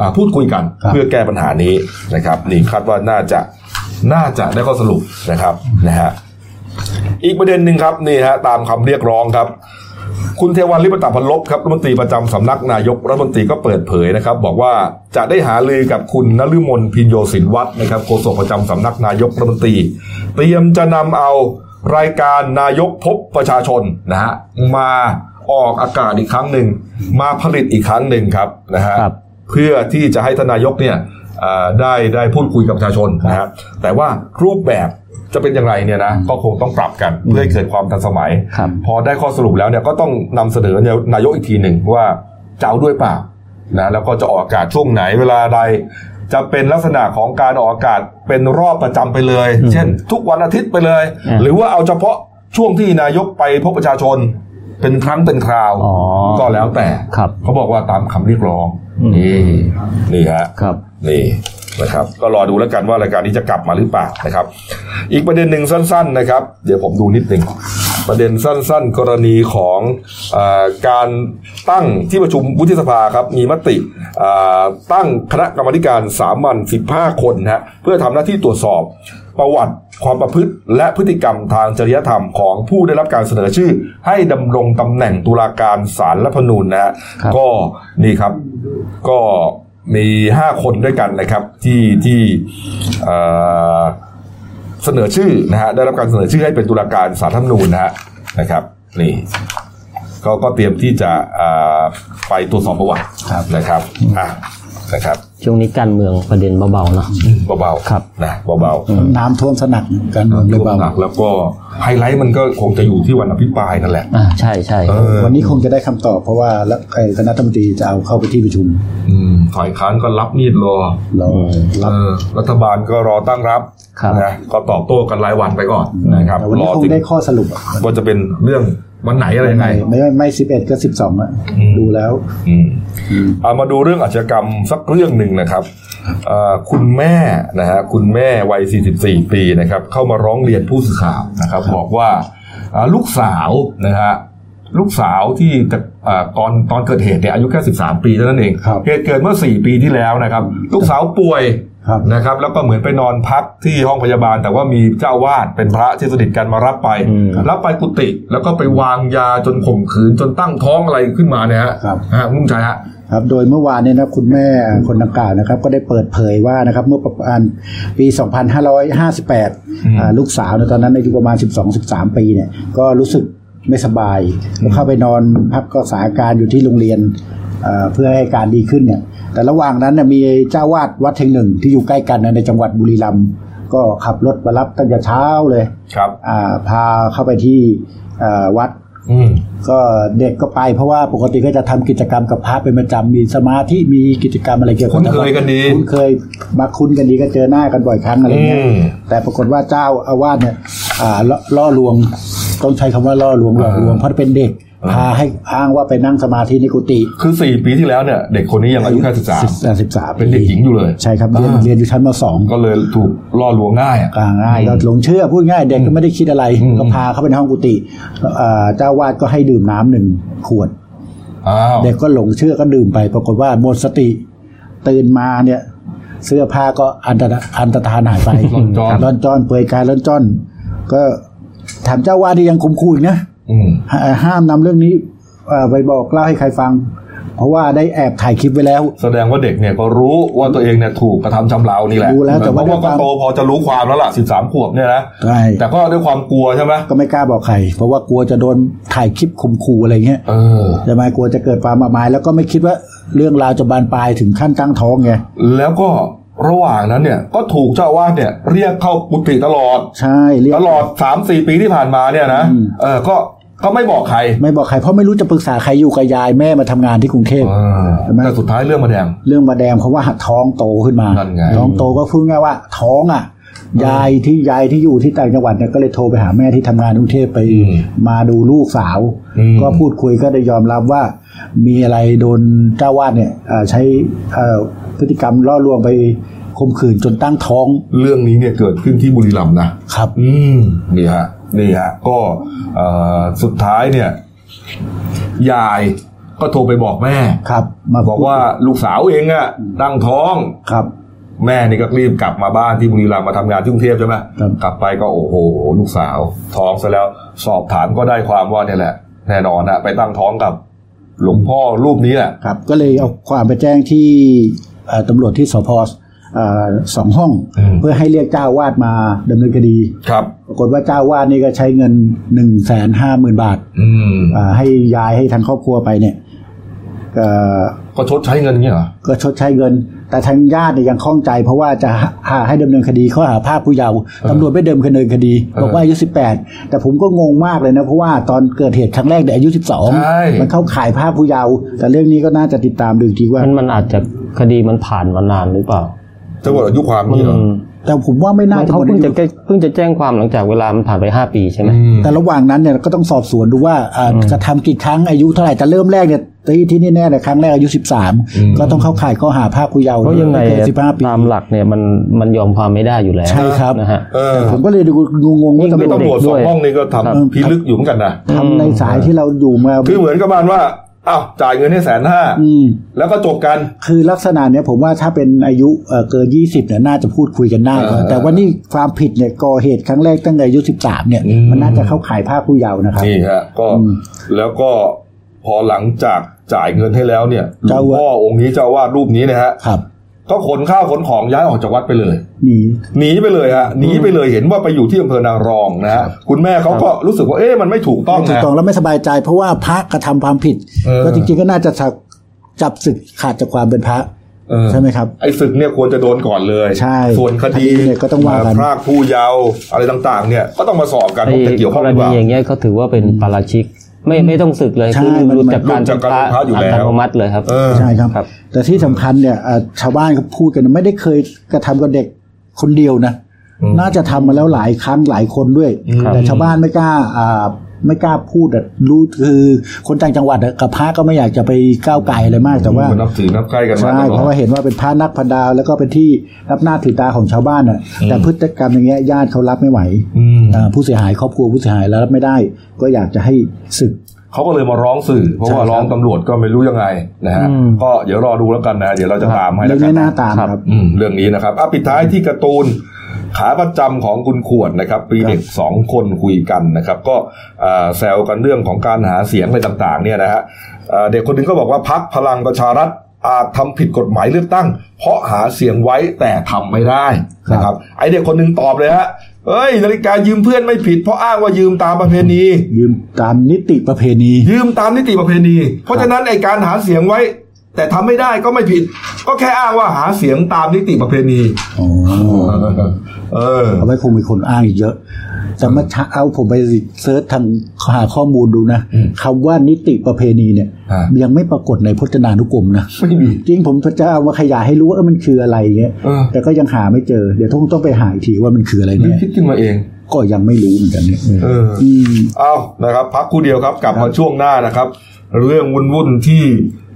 อ่าพูดคุยกัน ครับ เพื่อแก้ปัญหานี้นะครับนี่คาดว่าน่าจะน่าจะได้ข้อสรุปนะครับนะฮะ อีกประเด็นหนึ่งครับนี่ฮะตามคำเรียกร้องครับ คุณเทวันลิปตาพันลบครับรัฐมนตรีประจำสำนักนายกรัฐมนตรีก็เปิดเผยนะครับ บอกว่าจะได้หารือกับคุณนฤมลพินโยสินวัฒน์นะครับโฆษกประจำสำนักนายกรัฐมนตรี เตรียมจะนำเอารายการนายกพบประชาชนนะฮะมาออกอากาศอีกครั้งหนึ่งมาผลิตอีกครั้งหนึ่งครับนะฮะ ครับ เพื่อที่จะให้ทานนายกเนี่ยเอ่อได้ได้พูดคุยกับประชาชนนะครับแต่ว่ารูปแบบจะเป็นอย่างไรเนี่ยนะก็คงต้องปรับกันเพื่อให้เกิดความทันสมัย ครับ พอได้ข้อสรุปแล้วเนี่ยก็ต้องนำเสนอนายกอีกทีหนึ่งว่าจะเอาด้วยเปล่านะแล้วก็จะออกอากาศช่วงไหนเวลาใด จะเป็นลักษณะของการออกอากาศเป็นรอบประจำไปเลย เช่น ทุกวันอาทิตย์ไปเลย อ่า หรือว่าเอาเฉพาะช่วงที่นายกไปพบประชาชนเป็นครั้งเป็นคราว อ๋อ ก็แล้วแต่ ครับ เขาบอกว่าตามคำเรียกร้อง อืม นี่นี่ฮะ ครับ นี่นะครับก็รอดูแล้วกันว่ารายการนี้จะกลับมาหรือเปล่านะครับ อีกประเด็นหนึ่งสั้น ๆนะครับ เดี๋ยวผมดูนิดหนึ่งประเด็นสั้น ๆ กรณีของเออการตั้งที่ประชุมวุฒิสภาครับมีมติเอ่อตั้งคณะกรรมาธิการสามัญ15 คนนะฮะเพื่อทำหน้าที่ตรวจสอบ ประวัติความประพฤติและพฤติกรรมทางจริยธรรมของผู้ได้รับการเสนอชื่อ ให้ดำรงตำแหน่งตุลาการศาลรัฐธรรมนูญนะฮะ ครับ ก็นี่ครับ ก็มีห้าคนด้วยกันนะครับที่ที่เอ่อเสนอชื่อนะฮะได้รับการเสนอชื่อให้เป็นตุลาการสาลรฐธรรมนูญนะฮะนะครับนี่เขาก็เตรียมที่จะเอ่อไปตรวจสอบประวัติ ครับ นะครับอ่ะนะครับ ช่วงนี้การเมืองประเด็นเบาๆเนาะ เบาๆ ครับ นะเบาๆ น้ำท่วมสนักการเมืองเลย รวม เบา หนักแล้วก็ไฮไลท์มันก็คงจะอยู่ที่วันอภิปรายนั่นแหละ อ่าใช่ใช่ เออ วันนี้คงจะได้คำตอบเพราะว่าแล้วไอ้คณะรัฐมนตรีจะเอาเข้าไปที่ประชุม อืมฝ่ายค้านก็รับมีดรอ เรารับ เออรัฐบาลก็รอตั้งรับ ครับ นะก็ตอบโต้กันรายวันไปก่อนนะครับ แต่วัน ร นี้ อ คง ถึง ได้ข้อสรุปอะ ว่าจะเป็นเรื่องวันไหนอะไรยังไง ไม่ไม่สิบเอ็ดก็สิบสองอะ อืม ดูแล้ว อืม อืม เอามาดูเรื่องอาชญากรรมสักเรื่องหนึ่งนะครับเอ่อคุณแม่นะฮะคุณแม่วัย 44 ปีนะครับ เข้ามาร้องเรียนผู้สื่อข่าวนะครับ บอกว่าอ่าลูกสาวนะฮะลูกสาวที่แต่อ่าตอนตอนเกิดเหตุเนี่ยอายุแค่ 13 ปีเท่านั้นเอง ครับ เหตุเกิดเมื่อ 4 ปีที่แล้วนะครับ ลูกสาวป่วย ครับ นะครับ แล้วก็เหมือนไปนอนพักที่ห้องพยาบาล แต่ว่ามีเจ้าอาวาดเป็นพระที่สนิทกันมารับไป อืม แล้วไปกุฏิแล้วก็ไปวางยาจนข่มขืนจนตั้งท้องอะไรขึ้นมาเนี่ยฮะ ครับ ฮะคุณลุงชัยฮะ ครับโดยเมื่อวานเนี่ยนะคุณแม่คนดังกล่าวนะครับ ก็ได้เปิดเผยว่านะครับเมื่อประมาณปี ม 2558อ่าลูกสาวในยตอนนั้นอายุประมาณ 12-13 ปีเนี่ยก็รู้สึกไม่สบายก็เข้าไปนอนพักรักษาอาการอยู่ที่โรงเรียนอ่าเพื่อให้อาการดีขึ้นเนี่ยแต่ระหว่างนั้นเนี่ยมีเจ้าวาดวัดแห่งหนึ่งที่อยู่ใกล้กันนะในจังหวัดบุรีรัมย์ก็ขับรถมารับตั้งแต่เช้าเลย ครับ อ่าพาเข้าไปที่อ่าวัด อืม ก็เด็กก็ไปเพราะว่าปกติก็จะทำกิจกรรมกับพระเป็นประจำมีสมาธิมีกิจกรรมอะไรเกี่ยวกับ คุ้นเคยกันดี คุ้นเคยมาคุ้นกันดีก็เจอหน้ากันบ่อยครั้งอะไรเงี้ย อืม แต่ปรากฏว่าเจ้าอาวาสเนี่ยอ่าล่อล่อลวงต้องใช้คำว่าล่อลวงหลอกลวงเพราะเป็นเด็กพาให้อ้างว่าไปนั่งสมาธิในกุฏิ คือสี่ปีที่แล้วเนี่ยเด็กคนนี้ยังอายุแค่สิบสาม สิบสาม เป็นเด็กหญิงอยู่เลย ใช่ครับเรียน อ่า เรียนอยู่ชั้นมสอง ก็เลยถูกล่อลวงง่ายอ่ะ กลางง่ายก็หลงเชื่อพูดง่ายเด็กก็ไม่ได้คิดอะไร อืม ก็พาเข้าไปในห้องกุฏิอ่าเจ้าวาดก็ให้ดื่มน้ำหนึ่งขวด อ้าว เด็กก็หลงเชื่อก็ดื่มไป ปรากฏว่าหมดสติ ตื่นมาเนี่ย เสื้อผ้าก็อันตรอันตรธานหายไป หล่นจอน ร่อนจอนเปลือยกายร่อนจอน ก็ถามเจ้าวาดที่ยังคุมคู่อีกนะ อืม หห้ามนำเรื่องนี้เอ่อไปบอกเล่าให้ใครฟัง เพราะว่าได้แอบถ่ายคลิปไว้แล้ว แสดงว่าเด็กเนี่ยก็รู้ว่าตัวเองเนี่ยถูกกระทำชำเรานี่แหละ รู้แล้วแต่ว่า เพระก็ด้วยความ โตพอจะรู้ความแล้วล่ะ 13 ขวบเนี่ยนะ ใช่ แต่ก็ด้วยความกลัวใช่ไหม ก็ไม่กล้าบอกใคร เพราะว่ากลัวจะโดนถ่ายคลิปข่มขู่อะไรเงี้ย เออ จะมากลัวจะเกิดความอับอาย แล้วก็ไม่คิดว่าเรื่องราวจะบานปลายถึงขั้นตั้งท้องไง แล้วก็ระหว่างนั้นเนี่ยก็ถูกเจ้าอาวาสเนี่ยเรียกเข้ากุฏิตลอด ใช่เรียก ตลอดสามสี่ปีที่ผ่านมาเนี่ยนะเออก็ก็ไม่บอกใคร ไม่บอกใครเพราะไม่รู้จะปรึกษาใครอยู่กับยายแม่มาทำงานที่กรุงเทพ ใช่ไหม แต่สุดท้ายเรื่องมาแดง เรื่องมาแดงเพราะว่าหัดท้องโตขึ้นมา นั่นไง ท้องโตก็พูดง่ายว่าท้องอ่ะ ยายที่ยายที่อยู่ที่ต่างจังหวัดเนี่ยก็เลยโทรไปหาแม่ที่ทำงานกรุงเทพไป มาดูลูกสาว อืม ก็พูดคุยก็ได้ยอมรับว่า มีอะไรโดนเจ้าวาดเนี่ยเอ่อใช้เอ่อพฤติกรรมล่อลวงไปข่มขืนจนตั้งท้อง เรื่องนี้เนี่ยเกิดขึ้นที่บุรีรัมย์นะ ครับ อืมนี่ฮะนี่ฮะก็เอ่อสุดท้ายเนี่ย ยายก็โทรไปบอกแม่ ครับ มา บอกว่าลูกสาวเองอะตั้งท้อง ครับ แม่นี่ก็รีบกลับมาบ้านที่บุรีรัมย์มาทำงานที่กรุงเทพใช่ไหม ครับ กลับไปก็โอ้โห ลูกสาว ท้องซะแล้วสอบถามก็ได้ความว่าเนี่ยแหละ แน่นอนนะไปตั้งท้องกับ หลวงพ่อรูปนี้แหละ ครับก็เลยเอาความไปแจ้งที่เอ่อตำรวจที่สพเอ่อสองห้อง อืม เพื่อให้เรียกเจ้าวาดมาดำเนินคดี ครับ ปรากฏว่าเจ้าวาดนี่ก็ใช้เงินหนึ่งแสนห้าหมื่นบาท อืม อ่าให้ยายให้ทางครอบครัวไปเนี่ยก็ ก็ชดใช้เงินอย่างเงี้ยเหรอ ก็ชดใช้เงิน แต่ทางญาติเนี่ยยังข้องใจ เพราะว่าจะหาให้ดำเนินคดีข้อหาภาพผู้เยาว์ตำรวจไม่ดำเนินคดี เออ บอกว่าอายุสิบแปดแต่ผมก็งงมากเลยนะ เพราะว่าตอนเกิดเหตุครั้งแรกเด็กอายุสิบสอง ใช่ มันเข้าข่ายภาพผู้เยาว์แต่เรื่องนี้ก็น่าจะติดตามดูอีกทีว่า มันมันอาจจะคดีมันผ่านมานานหรือเปล่า จะหมดอายุความ มัน นี่เหรอ แต่ผมว่าไม่น่า มัน จะ เขา หมด เพิ่ง อายุ จะแก้เพิ่งจะแจ้งความหลังจากเวลามันผ่านไปห้าปีใช่ไหม อืม แต่ระหว่างนั้นเนี่ยก็ต้องสอบสวนดูว่าอ่ากระทำกี่ครั้งอายุเท่าไหร่แต่เริ่มแรกเนี่ยที่ที่นี่แน่ๆเนี่ยครั้งแรกอายุ 13 ก็ต้องเข้าข่ายข้อหาภาคผู้เยาว์ เพราะยังไง ม่เกิน15ปี ตามหลักเนี่ยมันมันยอมความไม่ได้อยู่แล้ว ใช่ครับ นะฮะ เออ ผมก็เลยดูงงๆว่า ยิ่งเป็ ตำรวจ ตำรวจสอง ด้วย ห้องนี่ก็ทำ ครับ พิลึกอยู่เหมือนกันนะ ทำในสายที่เราอยู่มา คือเหมือนกับมันว่าอ้าวจ่ายเงินให้แสนห้า อืม แล้วก็จบกัน คือลักษณะเนี่ยผมว่าถ้าเป็นอายุเอ่อเกิน 20เนี่ยน่าจะพูดคุยกันได้ เออ แต่ว่านี่ความผิดเนี่ยก่อเหตุครั้งแรกตั้งแต่อายุ 13 เนี่ย อืม มันน่าจะเข้าข่ายภาคผู้เยาว์นะครับ นี่ฮะก็ อืม แล้วก็พอหลังจากจ่ายเงินให้แล้วเนี่ยหล เจ้าวงพ่อาวาสอองค์นี้เจ้าอาวาดรูปนี้นะฮะ ครับ ก็ขนข้าวขนของย้ายออกจากวัดไปเลย นี่ หนีไปเลยฮะหนีไปเลยเห็นว่าไปอยู่ที่อำเภอนางรองนะฮะคุณแม่เขาก็รู้สึกว่าเอ๊ะมันไม่ถูกต้อง ถูก นะ ต้องแล้วไม่สบายใจเพราะว่าพระกระทำความผิด เออ ก็จริงๆก็น่าจะจับศึกขาดจากความเป็นพระ เออ ใช่ไหมครับ ไอ้ศึกเนี่ยควรจะโดนก่อนเลย ใช่ ส่วนค คดี ดี เนี่ยก็ต้องว่ากัน พรากผู้เยาว์อะไรต่างๆ เนี่ยก็ต้องมาสอบกัน ไอ้ ว่าจะเกี่ยว ก ข้อง ร หรือเป ณี ล่า อย่างเงี้ยเขาถือว่าเป็นปาราชิก ไม่ไม่ต้องศึกเลย ใช่ คือ มัน รู้จักการ รู้จักการเป็นพระอยู่แล้ว อัตโนมัติเลยครับ เออ ใช่ครับ ครับ แต่ที่สำคัญเนี่ยเอ่อชาวบ้านเขาพูดกันไม่ได้เคยกระทำกับเด็กคนเดียวนะ อืม น่าจะทำมาแล้วหลายครั้งหลายคนด้วย ครับ แต่ชาวบ้านไม่กล้าอ่าไม่กล้าพูดอะรู้คือคนต่างจังหวัดอะกับพระก็ไม่อยากจะไปก้าวไก่อะไรมาก แต่ว่า มันนับถือนับใกล้กันมา ใช่ ตลอ เพราะว่า ด เห็นว่าเป็นพระนักพันดาวแล้วก็เป็นที่รับหน้าถือตาของชาวบ้านน่ะ อืม แต่พฤติกรรมอย่างเงี้ยญาติเขารับไม่ไหว อืม อ่าผู้เสียหายครอบครัวผู้เสียหายแล้วรับไม่ได้ ก็อยากจะให้ศึก เขาก็เลยมาร้องสื่อ เพราะว่า ใช่ครับ ร้องตำรวจก็ไม่รู้ยังไงนะฮะก็เดี๋ยวรอดูแล้วกันนะ เดี๋ยวเราจะตามให้ เรื่ แล้ อ ว ง กั นี้ น หน้า นะ ตามครับ อืมเรื่องนี้นะครับอ่ะปิดท้ายที่การ์ตูนขาประจำของคุณขวดนะครับ ปีเด็กสองคนคุยกันนะครับ ก็อ่าแซวกันเรื่องของการหาเสียงอะไรต่างๆ เนี่ยนะฮะอ่าเด็กคนหนึงก็บอกว่าพักพลังประชารัฐอาจทำผิดกฎหมายเลือกตั้ง เพราะหาเสียงไว้แต่ทำไม่ได้นะครับ ไอเด็กคนหนึงตอบเลยฮะเอ้ยนาฬิกายืมเพื่อนไม่ผิดเพราะอ้างว่ายืมตามประเพณี ยืมตามนิติประเพณี ยืมตามนิติประเพณี เพราะฉะนั้นไอการหาเสียงไว้ แต่ทำไม่ได้ก็ไม่ผิด ก็แค่อ้างว่าหาเสียงตามนิติประเพณี อ๋อ เออ เอาไว้คงมีคนอ้างอีกเยอะ แต่เมื่อเช้าเอาผมไปเซิร์ชทางหาข้อมูลดูนะ อืม คำว่านิติประเพณีเนี่ย อ่ายั ยังไม่ปรากฏในพจนานุกรมนะ ไม่มี จริงผมจะเอามาขยายให้รู้ว่าเออมันคืออะไรเงี้ย เออ แต่ก็ยังหาไม่เจอ เดี๋ยวต้องต้องไปหาอีกทีว่ามันคืออะไร หรือ เนี่ย คิดขึ้นมาเอง ก็ยังไม่รู้เหมือนกันเนี่ย เออ ม เอานะครับ พักครู่เดียวครับ กลับมาช่วงหน้านะครับ เรื่องวุ่นวุ่นๆที่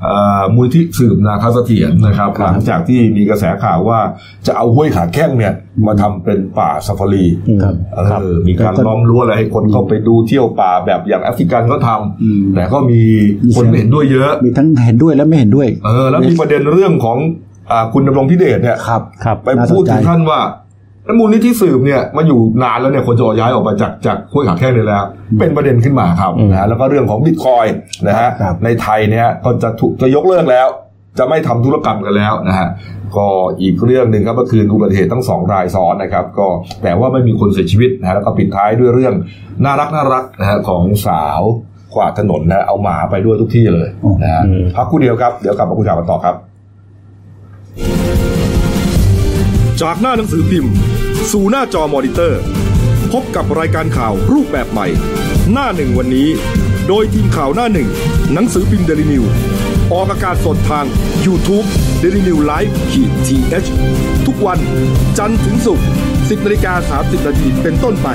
เอ่อมูลที่สืบนาคาเสถียรนะครับ หลังจากที่มีกระแสข่าวว่าจะเอาห้วยขาแข้งเนี่ย มาทำเป็นป่าซาฟารี ครับ เออมีการล้อมรั้วอะไรให้คนเข้าไปดูเที่ยวป่าแบบอย่างแอฟริกันก็ทำ อืม แต่ก็มีคนไม่เห็นด้วยเยอะ มีทั้งเห็นด้วยและไม่เห็นด้วย เออ แล้วมีประเด็นเรื่องของอาคุณดำรงพิเดชเนี่ย ครับ ครับ ไปพูดถึง น่าสนใจ ขั้นว่า แล้วมูลนิธิสืบเนี่ยมาอยู่นานแล้วเนี่ยคนจะย้ายออกมาจากจากห้วยขาแข้งเลยแล้ว เป็นประเด็นขึ้นมาครับนะฮะแล้วก็เรื่องของบิตคอยน์นะฮะ ครับ ในไทยเนี่ยก็จะถูกจะยกเลิกแล้ว จะไม่ทำธุรกรรมกันแล้วนะฮะก็อีกเรื่องหนึ่งครับก็คืออุบัติเหตุทั้งสองรายซ้อนนะครับ ก็แต่ว่าไม่มีคนเสียชีวิตนะฮะแล้วก็ปิดท้ายด้วยเรื่องน่ารักน่ารักนะฮะของสาวกวาดถนนนะเอาหมาไปด้วยทุกที่เลยนะฮะพักครู่เดียวครับเดี๋ยวกลับมาคุยข่าวกันต่อครับ จากหน้าหนังสือพิมพ์ สู่หน้าจอมอนิเตอร์ พบกับรายการข่าวรูปแบบใหม่ หน้าหนึ่งวันนี้ โดยทีมข่าวหน้าหนึ่ง หนังสือพิมพ์เดลิวิวออกอากาศสดทาง YouTube d e l i n e w l i v e ขีดทีทุกวันจันทร์ถึงศุกร์10นาฬิกา30นาทีเป็นต้นไป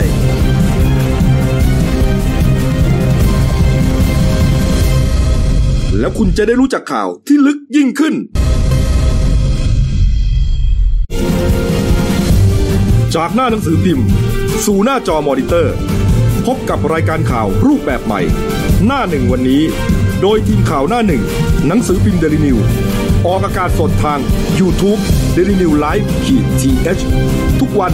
แล้วคุณจะได้รู้จักข่าวที่ลึกยิ่งขึ้น จากหน้าหนังสือพิมพ์ สู่หน้าจอมอนิเตอร์ พบกับรายการข่าวรูปแบบใหม่ หน้าหนึ่งวันนี้ โดยทีมข่าวหน้าหนึ่ง หนังสือพิมพ์เดลิวิวออกอากาศสดทาง YouTube d e l i n e w l i v e ขีดทีทุกวัน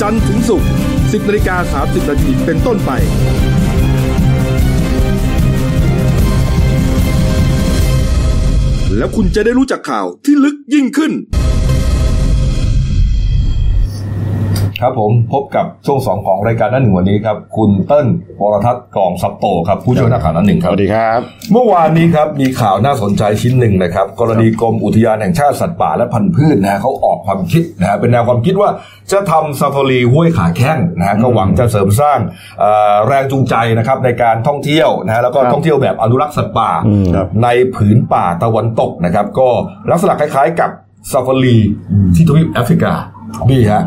จันทร์ถึงศุกร์10นาฬิกา30นาทีเป็นต้นไป แล้วคุณจะได้รู้จักข่าวที่ลึกยิ่งขึ้น ครับผมพบกับช่วงสองของรายการหนั่นหนึ่งวันนี้ครับคุณเติ้ลวรทัศน์กองสับโตครับผู้ช่วยนักข่าวหนั่นหนึ่งค ส รับ วัสดีครับ เมื่อวานนี้ครับมีข่าวน่าสนใจชิ้นหนึ่งนะครับ กรณีกรมอุทยานแห่งชาติสัตว์ป่าและพันธุ์พืชนะฮะเขาออกความคิดนะฮะเป็นแนวความคิดว่าจะทำซาฟารีห้วยขาแข้งนะฮะก็หวังจะเสริมสร้างเอ่อแรงจูงใจนะครับในการท่องเที่ยวนะฮะแล้วก็ท่องเที่ยวแบบอนุรักษ์สัตว์ป่า อืม ในผืนป่าตะวันตกนะครับ ก็ลักษณะคล้ายๆกับซาฟารีที่ทวีปแอฟริกานี่ฮะ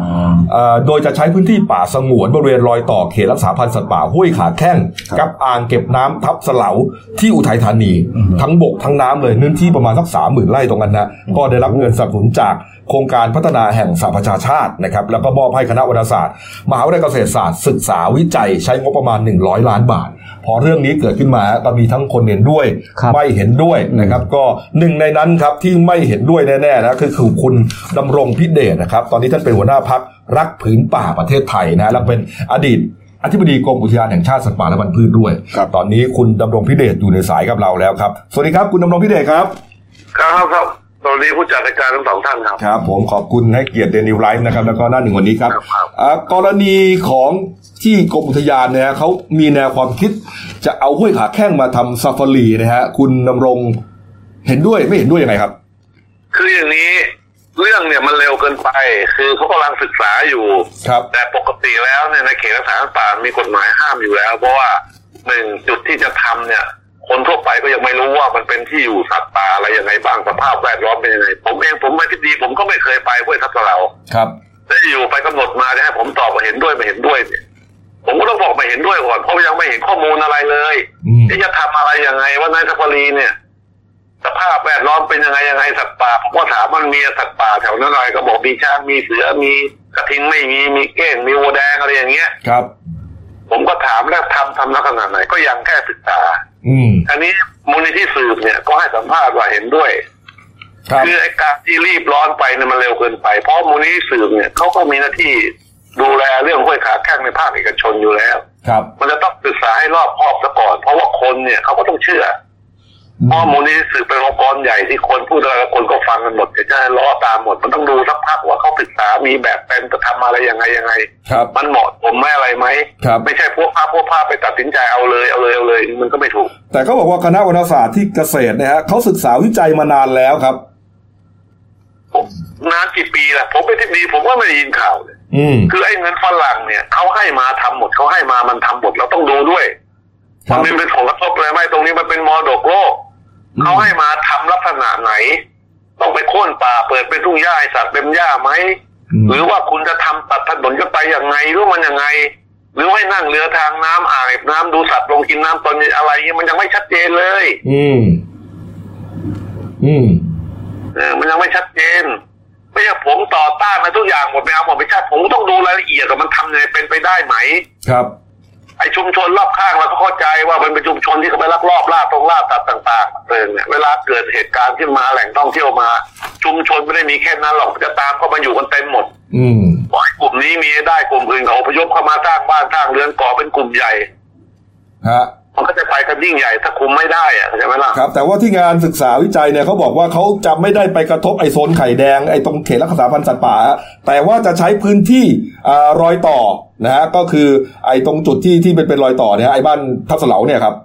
เอ่อโดยจะใช้พื้นที่ป่าสงวนบริเวณรอยต่อเขตรักษาพันธุ์สัตว์ป่าห้วยขาแข้งกับอ่างเก็บน้ำทับเสลาที่อุทัยธานี ทั้งบกทั้งน้ำเลยเนื้อที่ประมาณสักสามหมื่นไร่ตรงนั้นนะก็ได้รับเงินสนับสนุนจากโครงการพัฒนาแห่งสหประชาชาตินะครับแล้วก็มอบให้คณะวารศาสตร์ มหาวิทยาลัยเกษตรศาสตร์ศึกษาวิจัยใช้งบประมาณ 100 ล้านบาท พอเรื่องนี้เกิดขึ้นมาก็มีทั้งคนเห็นด้วย ครับ ไม่เห็นด้วยนะครับก็หนึ่งในนั้นครับที่ไม่เห็นด้วยแน่ๆนะคือคือคุณดำรงพิเดชนะครับ ตอนนี้ท่านเป็นหัวหน้าพักรักผืนป่าประเทศไทยนะและเป็นอดีตอธิบดีกรมอุทยานแห่งชาติสัตว์ป่าและพันธุ์พืชด้วย ครับ ตอนนี้คุณดำรงพิเดชอยู่ในสายกับเราแล้วครับสวัสดีครับคุณดำรงพิเดชครับ ครับครับตอนนี้ผู้จัดรายการทั้งสองท่านครับ ครับ ผมขอบคุณให้เกียรติเดนิวไลฟ์นะครับแล้วก็หน้าหนึ่งวันนี้ครับ ครับครับ อ่ากรณีของที่กรมอุทยานเนี่ยเขามีแนวความคิด จะเอาห้วยขาแข้งมาทำซาฟารีนะฮะคุณดำรงเห็นด้วยไม่เห็นด้วยยังไงครับ คืออย่างนี้เรื่องเนี่ยมันเร็วเกินไป คือเขากำลังศึกษาอยู่ ครับ แต่ปกติแล้วเนี่ยในเขตรักษาพันธุ์ป่ามีกฎหมายห้ามอยู่แล้ว เพราะว่าหนึ่งจุดที่จะทำเนี่ย คนทั่วไปก็ยังไม่รู้ว่ามันเป็นที่อยู่สัตว์ป่าอะไรยังไงบ้างสภาพแวดล้อมเป็นยังไง ผมเองผมไม่ทิดีผมก็ไม่เคยไปห้วยทับเรา ครับ แต่อยู่ไปกำหนดมาจะให้ผมตอบว่าเห็นด้วยไม่เห็นด้วยเนี่ยผมก็ต้องบอกไม่เห็นด้วยก่อนเพราะยังไม่เห็นข้อมูลอะไรเลย อืม ที่จะทำอะไรยังไงว่าในายทัพรีเนี่ย สภาพแวดล้อมเป็นยังไงยังไงสัตว์ป่าผมก็ถามมันมีสัตว์ป่าแถวนั้นอะไรก็บอกมีช้างมีเสือมีกระทิงไม่มีมีเก้งมีวัวแดงอะไรอย่างเงี้ย ครับ ผมก็ถามแล้วทำทำลักษณะไหนก็ยังแค่ศึกษา อืม อันนี้มูลนิธิสืบเนี่ยก็ให้สัมภาษณ์ว่าเห็นด้วย ครับ คือไอ้การที่รีบร้อนไปเนี่ยมันเร็วเกินไป เพราะมูลนิธิสืบเนี่ยเขาก็มีหน้าที่ดูแลเรื่องห้วยขาแข้งในภาคเอกชนอยู่แล้ว ครับ มันจะต้องศึกษาให้รอบคอบซะก่อน เพราะว่าคนเนี่ยเขาก็ต้องเชื่ออ ม ข้อมูลนี้สื่อเป็นองค์กรใหญ่ที่คนพูดอะไรแล้วคนก็ฟังกันหมดจะจะล้อตามหมด มันต้องดูสักพักว่าเขาศึกษามีแบบเป็นจะทำอะไรยังไงยังไง ครับ มันเหมาะผมไหม่อะไรไหม ครับ ไม่ใช่พวกภาพพวกภาพไปตัดสินใจเอาเลยเอาเลยเอาเลย มันก็ไม่ถูก แต่เขาบอกว่าคณะวารศาสตร์ที่เกษตรนะฮะเขาศึกษาวิจัยมานานแล้วครับ ผมนานกี่ปีละผมเป็นที่ดีผมก็ไม่ได้ยินข่าวเลย อืม คือไอ้เงินฝรั่งเนี่ยเขาให้มาทำหมดเขาให้มามันทำหมดเราต้องดูด้วย ครั มั บ นเป็นผลกระทบอะไรไหมตรงนี้มันเป็นมรดกโลกเขาให้มาทำลักษณะไหน ต้องไปโค่นป่าเปิดเป็นทุ่งหญ้าให้สัตว์เป็นหญ้าไหม อืม หรือว่าคุณจะทำตัดถนนกันไปยังไงหรือมันยังไง หรือให้นั่งเรือทางน้ำอ่างเก็บน้ำดูสัตว์ลงกินน้ำตอนเย็นอะไรเงี้ยมันยังไม่ชัดเจนเลย อืม อืม เออมันยังไม่ชัดเจนไม่ใช่ผมต่อต้านมาทุกอย่างหมดไปเอาหมดไม่ใช่ผมต้องดูรายละเอียดว่ามันทำยังไงเป็นไปได้ไหม ครับ ไอชุมชนรอบข้างเราก็เข้าใจว่ามันเป็นชุมชนที่เขาไปลักลอบล่าตรงล่าสัตว์ต่างๆเอ ลิงเนี่ยเวลาเกิดเหตุการณ์ขึ้นมาแหล่งท่องเที่ยวมา ชุมชนไม่ได้มีแค่นั้นหรอกจะตามเข้ามาอยู่กันเต็มหมด อืม ปล่อยกลุ่มนี้มีได้กลุ่มอื่นเขาอพยพเข้ามาสร้างบ้านสร้างเรือนก่อเป็นกลุ่มใหญ่ ฮะ มันก็จะไปกันยิ่งใหญ่ถ้าคุมไม่ได้อะเข้าใช่ไหมล่ะ ครับ แต่ว่าที่งานศึกษาวิจัยเนี่ยเขาบอกว่าเขาจะไม่ได้ไปกระทบไอโซนไข่แดงไอตรงเขตรักษาพันธุ์สัตว์ป่าฮะแต่ว่าจะใช้พื้นที่อารอยต่อนะฮะก็คือไอตรงจุดที่ที่เป็นเป็นรอยต่อเนี่ยฮะไอบ้านทับเสลาเนี่ยครับ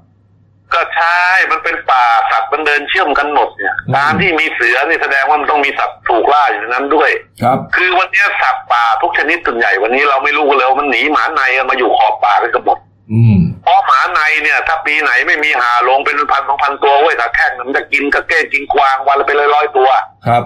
ก็ใช่มันเป็นป่าสัตว์มันเดินเชื่อมกันหมดเนี่ย อืม ตามที่มีเสือนี่แสดงว่ามันต้องมีสัตว์ถูกล่าอยู่ในนั้นด้วย ครับ คือวันเนี้ยสัตว์ป่าทุกชนิดส่วนใหญ่วันนี้เราไม่รู้กันเลยว่ามันหนีหมาในกันมาอยู่ขอบป่ากันเกอบหมด อืม เพราะหมาในเนี่ย ถ้าปีไหนไม่มีหาลงเป็นพันสองพันตัวเว้ยถ้าแข้งมันจะกินกระเก้งกินกวางวันละเป็นร้อยๆตัว ครับ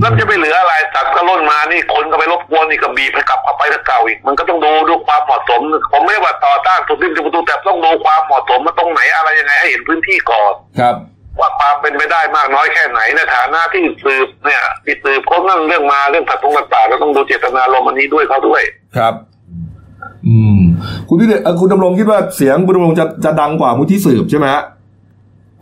แล้วจะไปเหลืออะไรสัตว์ก็ล่นมานี่คนก็ไปรบกวนนี่ก็บีบให้กลับเข้าไปถ้าเก่าอีก มันก็ต้องดูดูความเหมาะสม ผมไม่ได้ว่าต่อต้านสุดที่ประตูแต่ต้องดูความเหมาะสมมาตรงไหนอะไรยังไงให้เห็นพื้นที่ก่อน ครับ ว่าความเป็นไปได้มากน้อยแค่ไหนในฐานะที่สืบเนี่ยที่สืบค้นเรื่องเรื่องมาเรื่องสัตว์ตรงต่างๆเราต้องดูเจตนาลมณ์อันนี้ด้วยเขาด้วย ครับ อืม คุณพี่เดชเอ่อคุณดำรงคิดว่าเสียงคุณดำรงจะจะดังกว่ามูลที่สืบใช่ไหมฮะ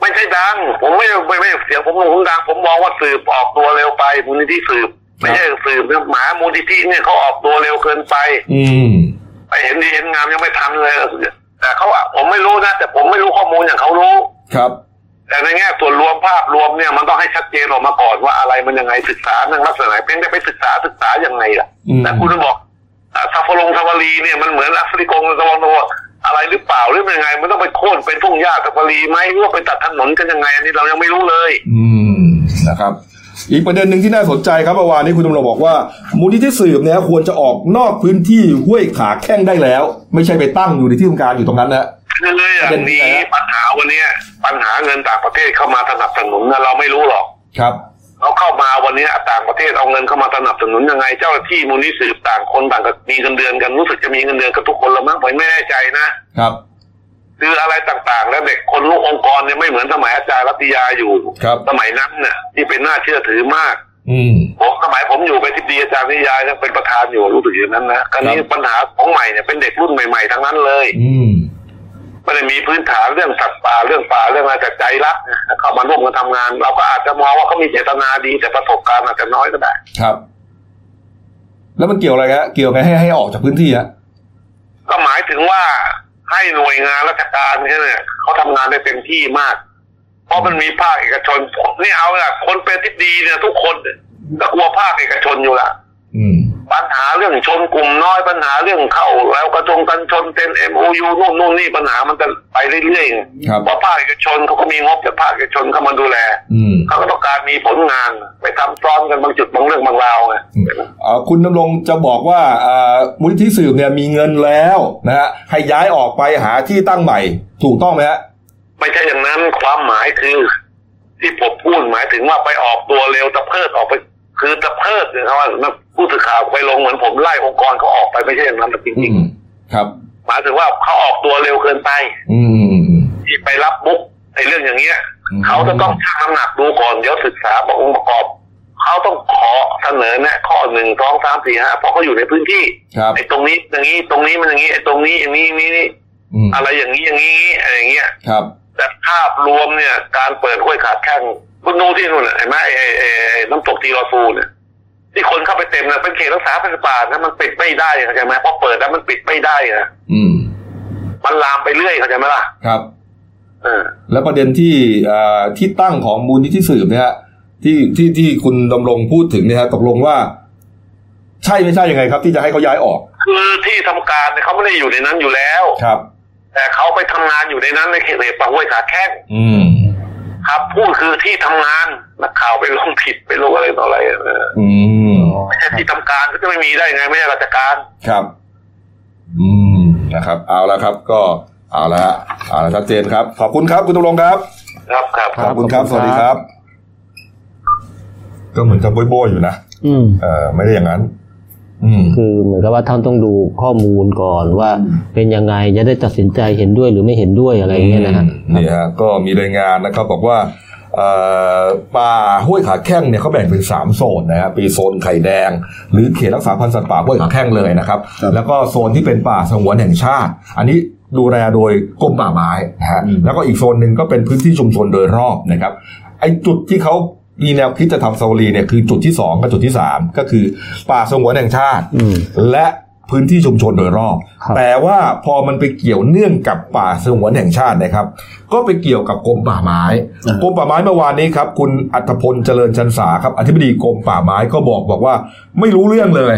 ไม่ใช่ดัง ผมไม่ไม่ไม่เสียงผมผมดัง ผมมองว่าสืบออกตัวเร็วไปมูลนิธิสืบ ไม่ใช่สืบนะหมามูลนิธิเนี่ยเขาออกตัวเร็วเกินไป อืม ไปเห็นดีเห็นงามยังไม่ทันเลย แต่เขาอะผมไม่รู้นะ แต่ผมไม่รู้ข้อมูลอย่างเขารู้ ครับ แต่ในแง่ส่วนรวมภาพรวมเนี่ยมันต้องให้ชัดเจนออกมาก่อนว่าอะไรมันยังไงศึกษาเรื่องลักษณะไหนเพียงแต่ไปศึกษาศึกษายังไงล่ะ อืม แต่คุณบอกอ่ะซาฟารงซาวารีเนี่ยมันเหมือนแอฟริกงซาวาโนอะไรหรือเปล่าหรือเป็นยังไง มันต้องไปโค่นเป็นทุ่งหญ้าซาวารีไหมหรือว่าไปตัดถนนกันยังไงอันนี้เรายังไม่รู้เลย อืม นะครับ อีกประเด็นหนึ่งที่น่าสนใจครับเมื่อวานนี้คุณตำรวจบอกว่า มูลนิธิสืบเนี่ยควรจะออกนอกพื้นที่ห้วยขาแข้งได้แล้ว ไม่ใช่ไปตั้งอยู่ในที่ทำการอยู่ตรงนั้นนะ คือเรื่องนี้ปัญหาวันเนี้ยปัญหาเงินต่างประเทศเข้ามาสนับสนุนนะเราไม่รู้หรอก ครับ เขาเข้ามาวันนี้ต่างประเทศเอาเงินเข้ามาสนับสนุนยังไง เจ้าหน้าที่มูลนิธิสืบต่างคนต่างก็มีเงินเดือนกันรู้สึกจะมีเงินเดือนกันทุกคนละมั้งผมไม่แน่ใจนะครับ คืออะไรต่างๆ แล้วเด็กคนลูกองค์กรเนี่ยไม่เหมือนสมัยอาจารย์รัตยาอยู่ ครับ สมัยนั้นเนี่ยที่เป็นน่าเชื่อถือมาก อืม ผมสมัยผมอยู่ไปนทิบดีอาจารย์รัตยายังเป็นประธานอยู่รู้สึกอย่างนั้นนะคราวนี้ ครับ ปัญหาของใหม่เนี่ยเป็นเด็กรุ่นใหม่ๆทั้งนั้นเลย อืม ไม่ได้มีพื้นฐานเรื่องสัตว์ป่าเรื่องป่าเรื่องอะไรแต่ใจรักนะเข้ามาร่วมกันทำงาน เราก็อาจจะมองว่าเขามีเจตนาดีแต่ประสบการณ์อาจจะน้อยก็ได้ ครับ แล้วมันเกี่ยวอะไรฮะเกี่ยวไงให้ให้ออกจากพื้นที่ฮะ ก็หมายถึงว่าให้หน่วยงานราชการเนี่ยเขาทำงานได้เต็มที่มาก เพราะมันมีภาคเอกชนนี่เอาละคนเป็นทิศดีเนี่ยทุกคนก็กลัวภาคเอกชนอยู่ละ อืม ปัญหาเรื่องชนกลุ่มน้อยปัญหาเรื่องเข้า แล้วกระจงกันชนเต็น MOU นู่นนู่นนี่ปัญหามันจะไปเรื่อย ครับ ๆเพราะภาคเอกชนเขาก็มีงบจากภาคเอกชนเข้ามาดูแล อืม เขาก็ต้องการมีผลงานไปทำซ้อมกันบางจุดบางเรื่องบางราวไง เอ่อคุณดำรงจะบอกว่าอ่ามูลนิธิสืบเนี่ยมีเงินแล้วนะฮะให้ย้ายออกไปหาที่ตั้งใหม่ ถูกต้องไหมฮะ ไม่ใช่อย่างนั้นความหมายคือ ที่ผมพูดหมายถึงว่าไปออกตัวเร็วตะเพิดออกไป คือตะเพิดเนี่ยเขาว่าผู้สื่อข่าวไปลงเหมือนผมไล่องค์กรเขาออกไปไม่ใช่อย่างนั้นแต่จ อื ริง ม ครับ ๆหมายถึงว่าเขาออกตัวเร็วเกินไป อืม ที่ไปรับบุ๊กในเรื่องอย่างเงี้ย อืม เขาจะต้องชั่งน้ำหนักดูก่อนเดี๋ยวศึกษาบอกองค์ประกอบเขาต้องขอเสนอแนะข้อหนึ่งสองสามสี่ห้าเพราะเขาอยู่ในพื้นที่ ครับ ไอ้ตรงนี้อย่างนี้ตรงนี้มันอย่างนี้ไอ้ตรงนี้อย่างนี้อย่างนี้ อืม อะไรอย่างนี้อย่างนี้อะไรอย่างเงี้ย ครับ แต่ภาพรวมเนี่ย การเปิดห้วยขาดแข้งคุณดูที่นู่นน่ะเห็นไหมไอ้ไอ้ไอ้ไอ้น้ำตกตีรอซูเนี่ยที่คนเข้าไปเต็มเนี่ยเป็นเขตรักษาพันธุ์ป่านะมันปิดไม่ได้เข้าใจไหมพอเปิดแล้วมันปิดไม่ได้นะ อืม มันลามไปเรื่อยเข้าใจไหมล่ะ ครับ เออ และประเด็นที่อ่าที่ตั้งของมูลนิธิสืบเนี่ยฮะที่ที่ที่คุณดำรงพูดถึงเนี่ยฮะตกลงว่า ใช่ไม่ใช่ยังไงครับ ที่จะให้เขาย้ายออก คือที่ทำการเนี่ยเขาไม่ได้อยู่ในนั้นอยู่แล้ว ครับ แต่เขาไปทำงานอยู่ในนั้นในเขตป่าห้วยขาดแข้ง อืม ครับพูดคือที่ทำงานนักข่าวไปลงผิดไปลงอะไรต่ออะไรเออ อืม ไม่ใช่ที่ทำการก็จะไม่มีได้ไงไม่ใช่ราชการ ครับ อืม นะครับ เอาละครับ ก็ เอาละฮะเอาละชัดเจนครับ ขอบคุณครับ คุณตกลงครับ ครับครับ ขอบคุณครับ สวัสดีครับ ก็เหมือนจะโบยๆอยู่นะ อืม เออไม่ได้อย่างนั้น อืม คือเหมือนกับว่าท่านต้องดูข้อมูลก่อนว่าเป็นยังไงจะได้ตัดสินใจเห็นด้วยหรือไม่เห็นด้วยอะไรอย่างเงี้ยนะฮะ อืมนี่ฮะก็มีรายงานนะครับบอกว่าเอ่อป่าห้วยขาแข้งเนี่ยเขาแบ่งเป็นสามโซนนะครับปีโซนไข่แดง หรือเขตรักษาพันธุ์สัตว์ป่าห้วยขาแข้งเลยนะครับ ครับ แล้วก็โซนที่เป็นป่าสงวนแห่งชาติ อันนี้ ดูแลโดยกรมป่าไม้นะฮะ อืม แล้วก็อีกโซนหนึ่งก็เป็นพื้นที่ชุมชนโดยรอบนะครับ ไอ้จุดที่เขามีแนวคิดจะทำซาวรีเนี่ยคือจุดที่สองกับจุดที่สามก็คือ ป่าสงวนแห่งชาติ อืม และพื้นที่ชุมชนโดยรอบ ครับ แต่ว่าพอมันไปเกี่ยวเนื่องกับป่าสงวนแห่งชาตินะครับ ก็ไปเกี่ยวกับกรมป่าไม้ อ่าก กรมป่าไม้เมื่อวานนี้ครับ คุณอัธพลเจริญชันสาครับอธิบดีกรมป่าไม้ก็บอกบอกว่า ไม่รู้เรื่องเลย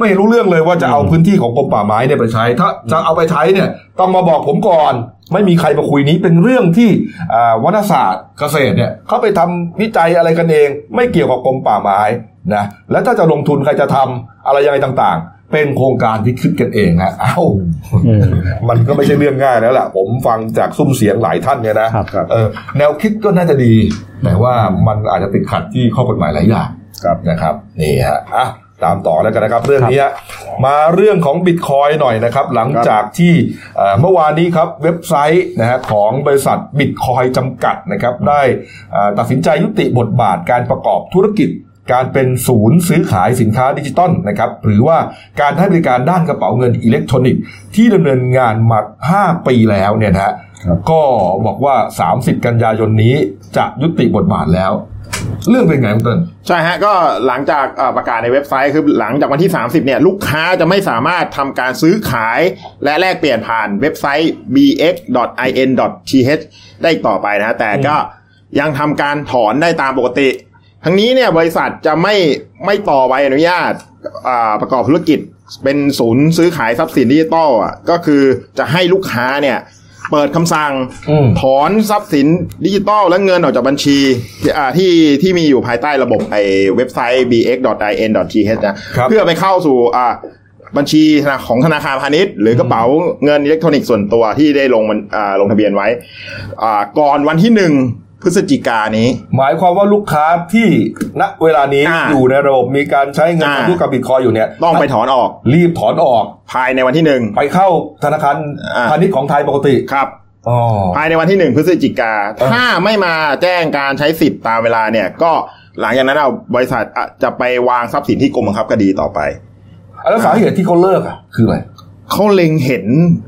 ไม่รู้เรื่องเลยว่าจะเอาพื้นที่ของกรมป่าไม้เนี่ยไปใช้ ถ้าจะเอาไปใช้เนี่ยต้องมาบอกผมก่อน ไม่มีใครมาคุยนี้เป็นเรื่องที่อ่าวัฒนศาสตร์เกษตรเนี่ยเขาไปทำวิจัยอะไรกันเอง ไม่เกี่ยวกับกรมป่าไม้นะแล้วถ้าจะลงทุนใครจะทำอะไรยังไงต่างๆ เป็นโครงการที่คิดกันเองฮะเอ้า อืม มันก็ไม่ใช่เรื่องง่ายแล้วล่ะ ผมฟังจากซุ้มเสียงหลายท่านเนี่ยนะครับ ครับ เออแนวคิดก็น่าจะดี แต่ว่ามันอาจจะติดขัดที่ข้อกฎหมายหลายอย่าง ครับ นะครับนี่ฮะอ่ะตามต่อแล้วกันนะครับ เรื่องนี้ฮะมาเรื่องของบิตคอยหน่อยนะครับ หลังจากที่เอ่อเมื่อวานนี้ครับเว็บไซต์นะฮะของบริษัทบิตคอยจำกัดนะครับ ได้เอ่อตัดสินใจยุติบทบาทการประกอบธุรกิจ การเป็นศูนย์ซื้อขายสินค้าดิจิตอลนะครับหรือว่าการให้บริการด้านกระเป๋าเงินอิเล็กทรอนิกส์ที่ดำเนินงานมา 5 ปีแล้วเนี่ยนะฮะก็บอกว่า 30 กันยายนนี้จะยุติบทบาทแล้ว เรื่องเป็นไงคุณเต้น ใช่ฮะก็หลังจากเอ่อประกาศในเว็บไซต์คือหลังจากวันที่ 30เนี่ยลูกค้าจะไม่สามารถทำการซื้อขาย และแลกเปลี่ยนผ่านเว็บไซต์ bx.in.th ได้อีกต่อไปนะฮะแต่ก็ยังทำการถอนได้ตามปกติ ทั้งนี้เนี่ยบริษัทจะไม่ไม่ต่อใบอนุญาตอ่าประกอบธุรกิจ เป็นศูนย์ซื้อขายทรัพย์สินดิจิตอลอ่ะก็คือจะให้ลูกค้าเนี่ยเปิดคำสั่ง อืม ถอนทรัพย์สินดิจิตอลและเงินออกจากบัญชีที่อ่าที่ที่มีอยู่ภายใต้ระบบไอ้เว็บไซต์ bx.in.th นะครับ เพื่อไปเข้าสู่อ่าบัญชีธนาของธนาคารพาณิชย์ หรือกระเป๋าเงินอิเล็กทรอนิกส์ส่วนตัวที่ได้ลงมันอ่าลงทะเบียนไว้อ่าก่อนวันที่หนึ่งพฤศจิกายนนี้ หมายความว่าลูกค้าที่ณเวลานี้ อ่า อยู่ในระบบมีการใช้เงิน อ่า ทำธุรกรรมบิตคอยอยู่เนี่ย ต้องไปถอนออก รีบถอนออก ภายในวันที่หนึ่ง ไปเข้าธนาคาร อ่า พาณิชย์ของไทยปกติ ครับ อ๋อ ภายในวันที่หนึ่งพฤศจิกา เออ ถ้าไม่มาแจ้งการใช้สิทธิ์ตามเวลาเนี่ย ก็หลังจากนั้นเอาบริษัทอ่ะจะไปวางทรัพย์สินที่กรมบังคับคดีต่อไป แล้วสาเหตุที่เขาเลิกอ่ะคืออะไร เขาเล็งเห็น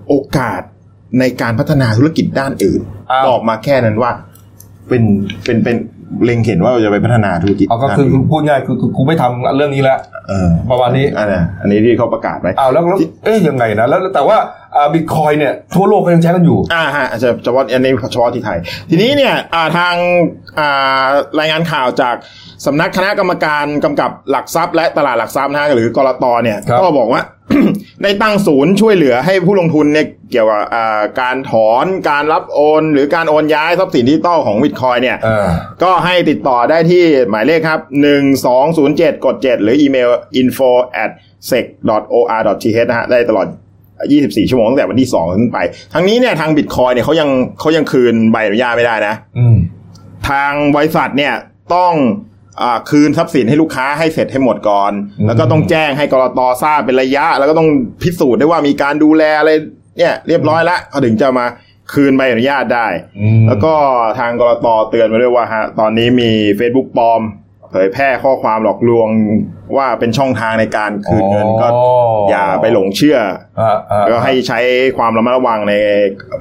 โอกาสในการพัฒนาธุรกิจด้านอื่น อ้าว บอกมาแค่นั้นว่า เป็นเป็นเป็นเล็งเห็นว่าเราจะไปพัฒนาธุรกิจ เอาก็คือคือพูดง่ายๆคือคือกูไม่ทำเรื่องนี้แล้ว เออ ประมาณนี้ อันนี้อันนี้ที่เขาประกาศไว้ อ้าวแล้วแล้วเอ๊ยยังไงนะแล้วแต่ว่าบิตคอยเนี่ยทั่วโลกก็ยังใช้กันอยู่ อ่าฮะเฉเฉพาะอันนี้เฉพาะที่ไทย ทีนี้เนี่ยอ่าทางอ่ารายงานข่าวจากสำนักคณะกรรมการกำกับหลักทรัพย์ และตลาดหลักทรัพย์นะฮะหรือกรตเนี่ย ครับ ก็บอกว่า ได้ตั้งศูนย์ช่วยเหลือให้ผู้ลงทุนเนี่ยเกี่ยวกับอ่าการถอนการรับโอน หรือการโอนย้ายทรัพย์สินดิจิตอลของวิตคอยเนี่ย เออ ก็ให้ติดต่อได้ที่หมายเลขครับ 1207 กด 7 หรืออีเมล info at sec or th นะฮะ ได้ตลอด 24 ชั่วโมงตั้งแต่วันที่2ขึ้นไป ทั้งนี้เนี่ยทางบิตคอยเนี่ยเขายังเขายังคืนใบอนุญาตไม่ได้นะ อืม ทางบริษัทเนี่ยต้องอาคืนทรัพย์สินให้ลูกค้าให้เสร็จให้หมดก่อน อืม แล้วก็ต้องแจ้งให้กรตทราบเป็นระยะ แล้วก็ต้องพิสูจน์ได้ว่ามีการดูแลอะไรเนี่ยเรียบร้อยละเขาถึงจะมาคืนใบอนุญาตได้ อืม แล้วก็ทางกรตเตือนมาด้วยว่าฮะตอนนี้มี Facebook ปลอม เผยแพร่ข้อความหลอกลวงว่าเป็นช่องทางในการคืนเงินก็อย่าไปหลงเชื่อ อ่าอ่า ก็ให้ใช้ความระมัดระวังใน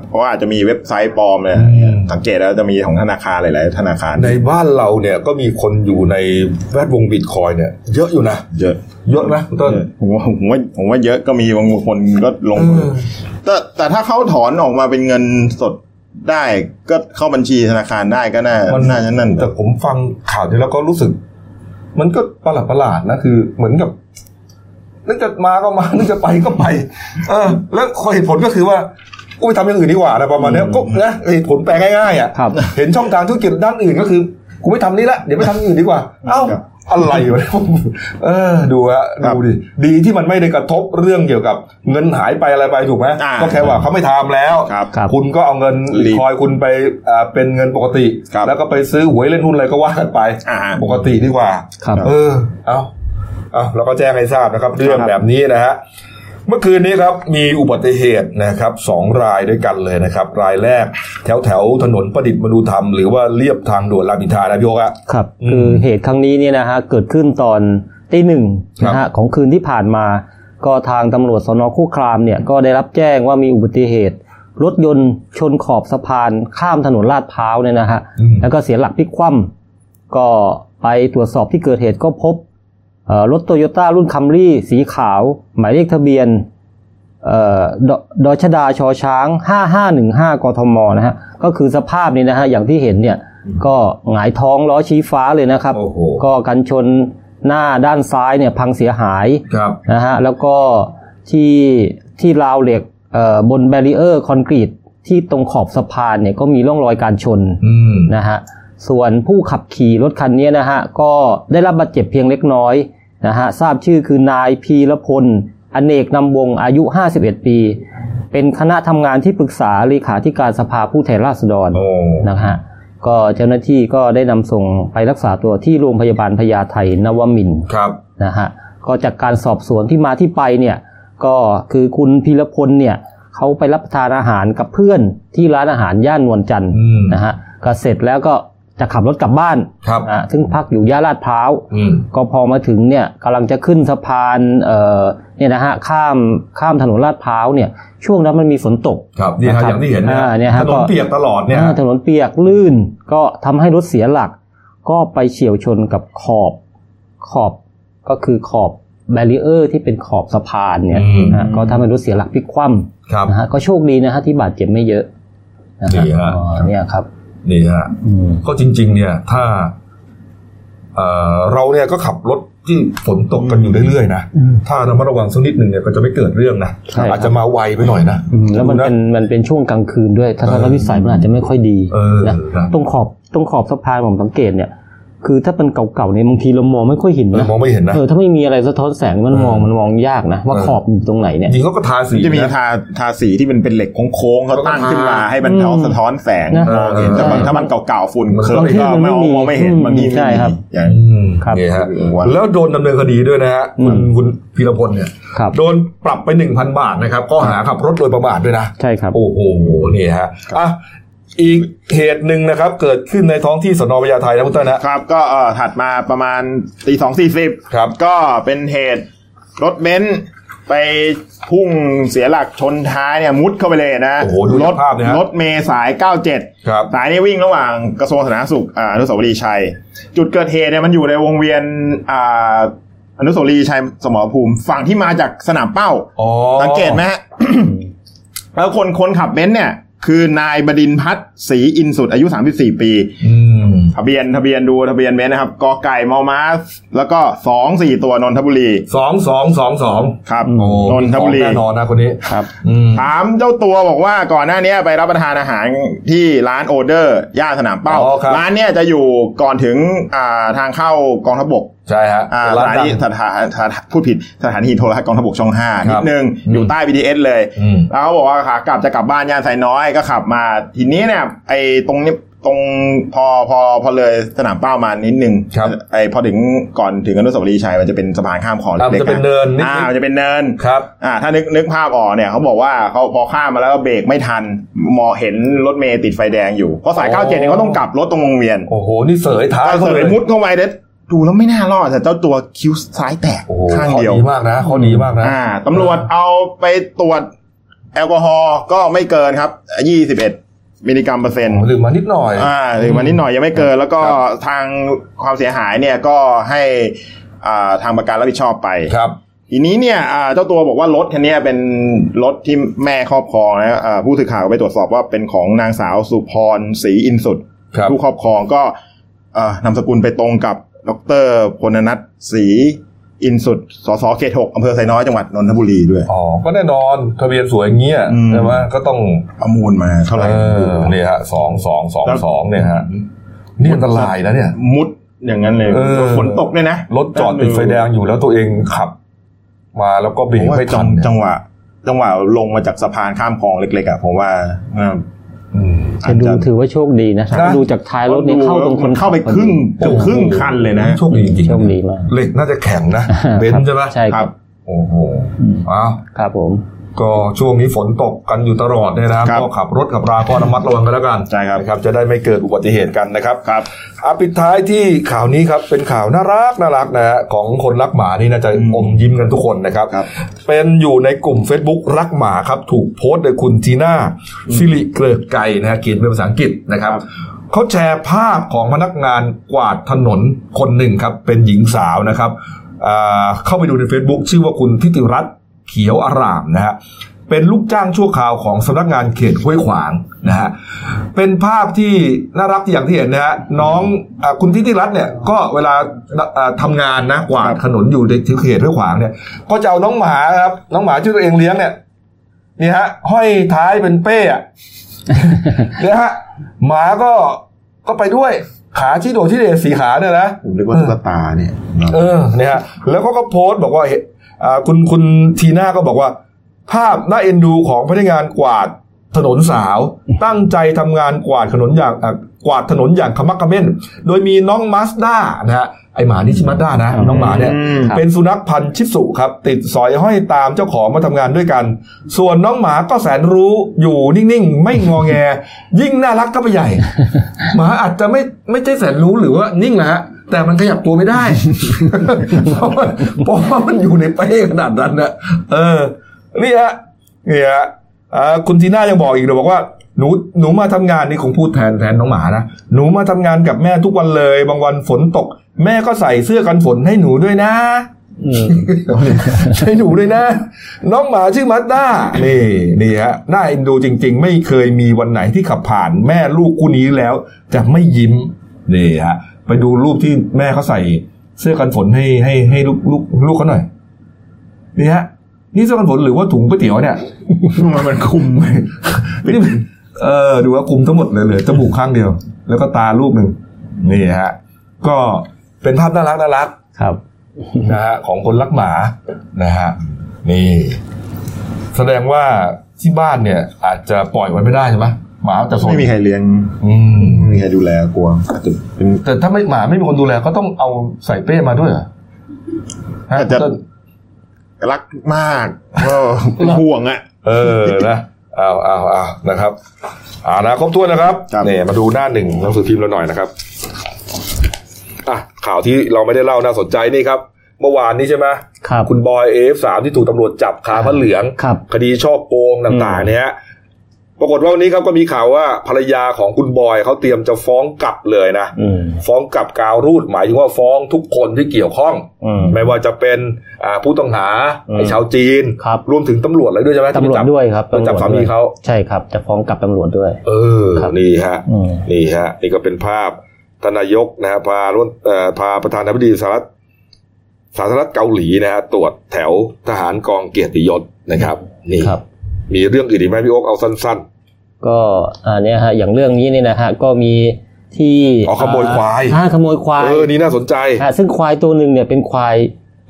เพราะว่าอาจจะมีเว็บไซต์ปลอมเนี่ย อืม สังเกตแล้วจะมีของธนาคารหลาย ๆ ธนาคาร ในบ้านเราเนี่ยก็มีคนอยู่ในแวดวงบิตคอยเนี่ยเยอะอยู่นะ เยอะ เยอะนะคุณต้น เยอะผมว่าผมว่าผมว่าเยอะก็มีบางคนก็ลง อืม แต่แต่ถ้าเขาถอนออกมาเป็นเงินสดได้ก็เข้าบัญชีธนาคารได้ก็น่าน่าจะนั่น แต่ผมฟังข่าวนี้แล้วก็รู้สึก มันก็ประหลาดประหลาดๆนะคือ เหมือนกับนึกจะมาก็มา นึกจะไปก็ไป เออ แล้วข้อเหตุผลก็คือว่ากูไปทำอย่างอื่นดีกว่านะประมาณเนี้ยก็นะเหตุผลแปลง่ายๆอ่ะ ครับ เห็นช่องทางธุรกิจด้านอื่นก็คือกูไม่ทำนี่ละเดี๋ยวไปทำอย่างอื่นดีกว่า เอ้า ครับ อะไรวะเนี่ยเออ ดูฮะดูดิดีที่มันไม่ได้กระทบเรื่องเกี่ยวกับ เงินหายไปอะไรไปถูกไหม อ่า ก็แค่ว่าเขาไม่ทำแล้ว ครับ ครับ คุณก็เอาเงิน รีบ คอยคุณไปอ่าเป็นเงินปกติ ครับ แล้วก็ไปซื้อหวยเล่นหุ้นอะไรก็ว่ากันไป อ่า ปกติดีกว่า ครับ เออ เอาเอาเราก็แจ้งให้ทราบนะครับ เรื่อง ครับ แบบนี้นะฮะ เมื่อคืนนี้ครับ มีอุบัติเหตุนะครับสองรายด้วยกันเลยนะครับ รายแรกแถวแถวถนนประดิษฐ์มนุธรรม หรือว่าเรียบทางด่วนรามอินทรานะพี่โอ๊คอะ ครับ อืม คือเหตุครั้งนี้เนี่ยนะฮะเกิดขึ้นตอนตีหนึ่ง ครับ นะฮะของคืนที่ผ่านมา ก็ทางตำรวจสนคู่ครามเนี่ยก็ได้รับแจ้งว่ามีอุบัติเหตุ รถยนต์ชนขอบสะพานข้ามถนนลาดพร้าวเนี่ยนะฮะ อืม แล้วก็เสียหลักพลิกคว่ำก็ไปตรวจสอบที่เกิดเหตุก็พบเอ่อรถโตโยต้ารุ่นคัมรี่สีขาว หมายเลขทะเบียน เอ่อดดอยชดาชอช้าง 5515 กทมนะฮะ ก็คือสภาพนี้นะฮะ อย่างที่เห็นเนี่ย ก็หงายท้องล้อชี้ฟ้าเลยนะครับ โอ้โห ก็กันชนหน้าด้านซ้ายเนี่ยพังเสียหาย ครับ นะฮะ แล้วก็ที่ที่ราวเหล็กเอ่อบนแบรีเออร์คอนกรีตที่ตรงขอบสะพานเนี่ยก็มีร่องรอยการชน อืม นะฮะส่วนผู้ขับขี่รถคันนี้นะฮะก็ได้รับบาดเจ็บเพียงเล็กน้อยนะฮะทราบชื่อคือนายพีรพล อเนกนำวงอายุ 51 ปี เป็นคณะทำงานที่ปรึกษาเลขาธิการสภาผู้แทนราษฎร โอ้ นะฮะก็เจ้าหน้าที่ก็ได้นำส่งไปรักษาตัวที่โรงพยาบาลพญาไทนวมินทร์ ครับ นะฮะก็จากการสอบสวนที่มาที่ไปเนี่ยก็คือคุณพีรพลเนี่ยเขาไปรับประทานอาหารกับเพื่อนที่ร้านอาหารย่านนวลจันทร์ อืม นะฮะก็เสร็จแล้วก็จะขับรถกลับบ้าน ครับ อ่ะซึ่งพักอยู่ย่านลาดพร้าว อืม ก็พอมาถึงเนี่ยกำลังจะขึ้นสะพานเอ่อเนี่ยนะฮะข้ามข้ามถนนลาดพร้าวเนี่ยช่วงนั้นมันมีฝนตก ครับนี่ นะครั ฮะอบย่างที่เห็น อ่าเนี่ เนี่ย ยถฮะน ก็ นเปียกตลอดเนี่ย อ่าถนนเปียกลื่นก็ทำให้รถเสียหลัก ก็ไปเฉียวชนกับขอบขอบก็คือขอบแบรีเออร์ที่เป็นขอบสะพานเนี่ย อืม นะฮะก็ทำให้รถเสียหลักพลิกคว่ ครับ ำนะฮะก็โชคดีนะฮะที่บาดเจ็บไม่เยอะนะ ดีฮะ อ๋อเนี่ยครับ นี่ฮะก็จริง ๆ เนี่ย ถ้าเอ่อเราเนี่ยก็ขับรถที่ฝนตกกันอยู่เรื่อยๆนะ อืม ถ้าระมัดระวังสักนิดหนึ่งเนี่ยก็จะไม่เกิดเรื่องนะ ใช่ครับ อาจจะมาไวไปหน่อยนะ อืมแล้วมัน ดูะ เป็นมันเป็นช่วงกลางคืนด้วยทัศนวิสัยมันอาจจะไม่ค่อยดี เออ นะครับ ตรงขอบตรงขอบสะพานผมสังเกตเนี่ย คือถ้าเป็นเก่าๆเนี่ยบางทีเรามองไม่ค่อยเห็น เออ นะ มองไม่เห็นนะ เออถ้าไม่มีอะไรสะท้อนแสงมันมอง เออ มันมองยากนะว่า เออ ขอบอยู่ตรงไหนเนี่ย จริงเขาก็ทาสี จะมี นะ ทาทาสีที่เป็นเป็นเหล็กโค้งๆเขาตั้งขึ้นมาให้มัน อืม เทาสะท้อนแสง นะ มองเห็นแต่บาง ใช่ ถ้ามันเก่าๆฝุ่น มัน เคลือ ก็ บก็ไม่มองมองไม่เห็น อืม บางที ใช่ครับ อย่าง อืม ครับ นี่ฮะ วัน แล้วโดนดำเนินคดีด้วยนะฮะคุณ อืม คุณพีรพลเนี่ย ครับ โดนปรับไปหนึ่งพันบาทนะครับข้อหาขับรถโดยประมาทด้วยนะ ใช่ครับ โอ้โห นี่ฮะ อ่ะ อีกเหตุหนึ่งนะครับ เกิดขึ้นในท้องที่สนพญาไทนะคุณเต้ยนะ ครับก็เอ่อถัดมาประมาณตีสองสี่สิบ ครับ ก็เป็นเหตุรถเบนซ์ไปพุ่งเสียหลักชนท้ายเนี่ยมุดเข้าไปเลยนะ โอ้โหดูจาก รถ ภาพเนี่ยฮะ รถเมย์สาย 97 ครับ สายนี้วิ่งระหว่างกระทรวงสาธารณสุขอ่าอนุสาวรีย์ชัย จุดเกิดเหตุเนี่ยมันอยู่ในวงเวียนอ่าอนุสาวรีย์ชัยสมรภูมิฝั่งที่มาจากสนามเป้า อ๋อ สังเกตไหม ฮะ แล้วคนคนขับเบนซ์เนี่ย คือนายบดินทร์พัฒน์ศรีอินสุดอายุ 34 ปี อืม ทะเบียนทะเบียนดูทะเบียนเบนซ์นะครับกอไก่มอม้าแล้วก็สองสี่ตัวนนทบุรี สองสองสองสอง ครับ โอ้ นนทบุรี แน่นอนนะคนนี้ ครับ อืม ถามเจ้าตัวบอกว่าก่อนหน้าเนี้ยไปรับประทานอาหารที่ร้านโอเดอร์ ย่านสนามเป้า อ๋อครับ ร้านเนี่ยจะอยู่ก่อนถึงอ่าทางเข้ากองทัพบก ใช่ฮะ อ่าส ร้าน ถา ดั นี ง สถานสถานพูดผิดสถานีโทรทัศน์กองทัพบกช่องห้า ค นิ รับ ดนึง อืม อยู่ใต้ BTS เลย อืม แล้วเขาบอกว่าขากลับจะกลับบ้านย่านไซน้อยก็ขับมา ทีนี้เนี่ยไอ้ตรงเนี้ยตรงพอพอพอเลยสนามเป้ามานิดนึง ครับ ไอ้พอถึงก่อนถึงอนุสาวรีย์ชัยมันจะเป็นสะพานข้ามคลองเล็กอ่ะๆมันจะเป็นเนินนิดๆ อ่ามันจะเป็นเนิน ครับ อ่าถ้านึกนึกภาพออกเนี่ยเขาบอกว่าเขาพอข้ามมาแล้วก็เบรกไม่ทันมองเห็นรถเมย์ติดไฟแดงอยู่เพราะสาย โอ้ เก้าเจ็ดเนี่ยเขาต้องกลับรถตรงวงเวียน โอ้โห นี่เสยท้าย ก็ ขา เสยมุดเข้าไปเด็ดดูแล้วไม่น่ารอดแต่เจ้าตัวคิ้วซ้ายแตก โอ้โห ข้าง ข้อ เดียว ดีมากนะข้อดีมากนะ อ่าตำรวจเอาไปตรวจแอลกอฮอล์ก็ไม่เกินครับยี่สิบเอ็ดมิลลิกรัมเปอร์เซ็นต์ ลืมมานิดหน่อย อ่าหรือมานิดหน่อยยังไม่เกิน แล้วก็ทางความเสียหายเนี่ยก็ให้อ่าทางประกันรับผิดชอบไป ครับ ทีนี้เนี่ยอ่าเจ้าตัวบอกว่ารถคันเนี้ยเป็นรถที่แม่ครอบครองนะอ่าผู้สื่อข่าวก็ไปตรวจสอบว่าเป็นของนางสาวสุพรศรีอินสุด ครับ ผู้ครอบครองก็อ่านามสกุลไปตรงกับดรพลนัทศรีอินสุดสสเขตหกอำเภอไซน้อยจังหวัดนนทบุรีด้วย อ๋อ ก็แน่นอน ทะเบียนสวยอย่างเงี้ย อืม ใช่ไหมก็ต้อง ประมูลมาเท่าไหร่ เออนี่ฮะสองสองสองสองเนี่ยฮะ นี่อันตรายนะเนี่ย มุดอย่างนั้นเลย เออ ฝนตกเนี่ยนะ รถจอดติดไฟแดงอยู่แล้วตัวเองขับ มาแล้วก็เบร ผ ก มว่า ไม่ จั ทันงเนี่ย จังหวะ จังหวะลงมาจากสะพานข้ามคลองเล็กๆอ่ะผมว่าอ่า อืม จะดูถือว่าโชคดีนะ นะ ดูจากท้ายรถเนี่ยเข้าตรงคน เข้าไป ขับพอ ครึ่ง ดี เกือบครึ่งคันเลยนะ โชคดีจริงๆ โชคดีมาก เหล็กน่าจะแข็งนะ เบนซ์ใช่ไหม ใช่ครับ โอ้โหอ้าว ครับผม ก็ช่วงนี้ฝนตกกันอยู่ตลอดเนี่ยนะครับ ครับ ก็ขับรถขับราก็ระมัดระวังกันแล้วกัน ใช่ครับ นะครับ จะได้ไม่เกิดอุบัติเหตุกันนะครับ ครับ อาปิดท้ายที่ข่าวนี้ครับเป็นข่าวน่ารักน่ารักนะฮะของคนรักหมานี่น่าจะอมยิ้มกันทุกคนนะครับ ครับ เป็นอยู่ในกลุ่ม Facebook รักหมาครับ ถูกโพสต์โดยคุณจีน่าสิริเกลิกไก่นะฮะเขียนเป็นภาษาอังกฤษนะครับ ครับ เขาแชร์ภาพของพนักงานกวาดถนนคนหนึ่งครับ เป็นหญิงสาวนะครับอ่าเข้าไปดูใน Facebook ชื่อว่าคุณทิติรัตน์เขียวอารามนะฮะเป็นลูกจ้างชั่วคราวของสำนักงานเขตห้วยขวางนะฮะ เป็นภาพที่น่ารักอย่างที่เห็นนะฮะน้องอาคุณทิติรัตน์เนี่ยก็เวลาอ่าทำางานนะกวา ครั ด บ ถนนอยู่ในเขตห้วยขวางเนี่ย ก็จะเอาน้องหมาครับ น้องหมาที่ตัวเองเลี้ยงเนี่ยนี่ฮะ ห้อยท้ายเป็นเป้อะ เนี่ยฮะหมาก็ก็ไปด้วยขาชี้โดดชี้เดสีขาเนี่ยนะ ผมนึกว่าตุ๊กตาเนี่ย เออเนี่ยฮะแล้วก็ก็โพสต์บอกว่าเห็นอ่าคุณคุณทีน่าก็บอกว่า ภาพน่าเอ็นดูของพนักงานกวาดถนนสาว ตั้งใจทำงานกวาดถนนอย่างอ่ะกวาดถนนอย่างขมักเขม้น โดยมีน้องมาสด้านะฮะไอหมานี่ชื่อมาสด้านะ น้องหมาเนี่ย อืม เป็นสุนัขพันธุ์ชิสุครับ ติดสอยห้อยตามเจ้าของมาทำงานด้วยกัน ส่วนน้องหมาก็แสนรู้อยู่นิ่งๆ ไม่งอแง ยิ่งน่ารักก็ไปใหญ่ หมาอาจจะไม่ไม่ใช่แสนรู้หรือว่านิ่งนะฮะแต่มันขยับตัวไม่ได้ เพราะว่าเพราะว่ามันอยู่ในเป้ขนาดนั้นนะเออนี่ฮะนี่ฮะอ่าคุณทีน่ายังบอกอีกเลยบอกว่าหนูหนูมาทำงานนี่คงพูดแทนแทนน้องหมานะหนูมาทำงานกับแม่ทุกวันเลย บางวันฝนตก แม่ก็ใส่เสื้อกันฝนให้หนูด้วยนะ อืม ใช้หนูด้วยนะ น้องหมาชื่อมัดด้านี่นี่ฮะน่าเอ็นดูจริง ๆ ไม่เคยมีวันไหนที่ขับผ่านแม่ลูกคู่นี้แล้ว จะไม่ยิ้มนี่ฮะไปดูรูปที่แม่เขาใส่เสื้อกันฝนให้ให้ให้ลูกลูกลูกเขาหน่อยนี่ฮะนี่เสื้อกันฝนหรือว่าถุงก๋วยเตี๋ยวเนี่ย มันมันคุม นี่มันเออดูว่าคุมทั้งหมดเลยเหลยจมูกข้างเดียว แล้วก็ตาลูกหนึ่งนี่ฮะก็เป็นภาพน่ารักน่ารัก ครับ นะฮะของคนรักหมานะฮะนี่ แสดงว่าที่บ้านเนี่ย อาจจะปล่อยไว้ไม่ได้ใช่ไหมหมาจะสน ไม่มีใครเลี้ยง อืม ไม่มีใครดูแลกลัวอาจจะเป็น แต่ถ้าไม่หมาไม่มีคนดูแลก็ต้องเอาใส่เป้มาด้วยเหรอฮ อาจจะ ต้น รักมากก็ห่วงอ่ะ เออนะเอาเอาเอานะครับเอานะครบถ้วนนะครับ ครับ เนี่ยมาดูหน้าหนึ่งหนังสือพิมพ์เราหน่อยนะครับอ่ะข่าวที่เราไม่ได้เล่าน่าสนใจนี่ครับ เมื่อวานนี้ใช่ไหม ครับ คุณบอยเอฟสามที่ถูกตำรวจจับคาพระเหลือง ครับ คดีช่อโกงต่างๆ เนี่ยฮะปรากฏว่าวันนี้ครับก็มีข่าวว่าภรรยาของคุณบอยเขาเตรียมจะฟ้องกลับเลยนะ อืม ฟ้องกลับกาวรูดหมายถึงว่าฟ้องทุกคนที่เกี่ยวข้อง อืม ไม่ว่าจะเป็นอ่าผู้ต้องหา อืม ไอ้ชาวจีน ครับ รวมถึงตำรวจเลยด้วยใช่ไหมที่ ตำรวจ จับ ด้วยครับ ต้องจับ ตำรวจ สามี ด้วย เขา ใช่ครับ จะฟ้องกับตำรวจด้วย เออ ครับ นี่ฮะ อืม นี่ฮะนี่ก็เป็นภาพทานนายกนะฮะพาร่วมเอ่อพาประธานาธิบดีสหรัฐสาธารณรัฐเกาหลีนะฮะตรวจแถวทหารกองเกียรติยศนะครับ นี่ ครับ มีเรื่องอื่นอีกไหมพี่โอ๊คเอาสั้น ก็อ่าเนี่ยฮะ อย่างเรื่องนี้เนี่ยนะฮะ ก็มีที่ ๆอ๋อขโมยควาย อ่าขโมยควาย เออ นี่น่าสนใจ ฮะซึ่งควายตัวหนึ่งเนี่ยเป็นควาย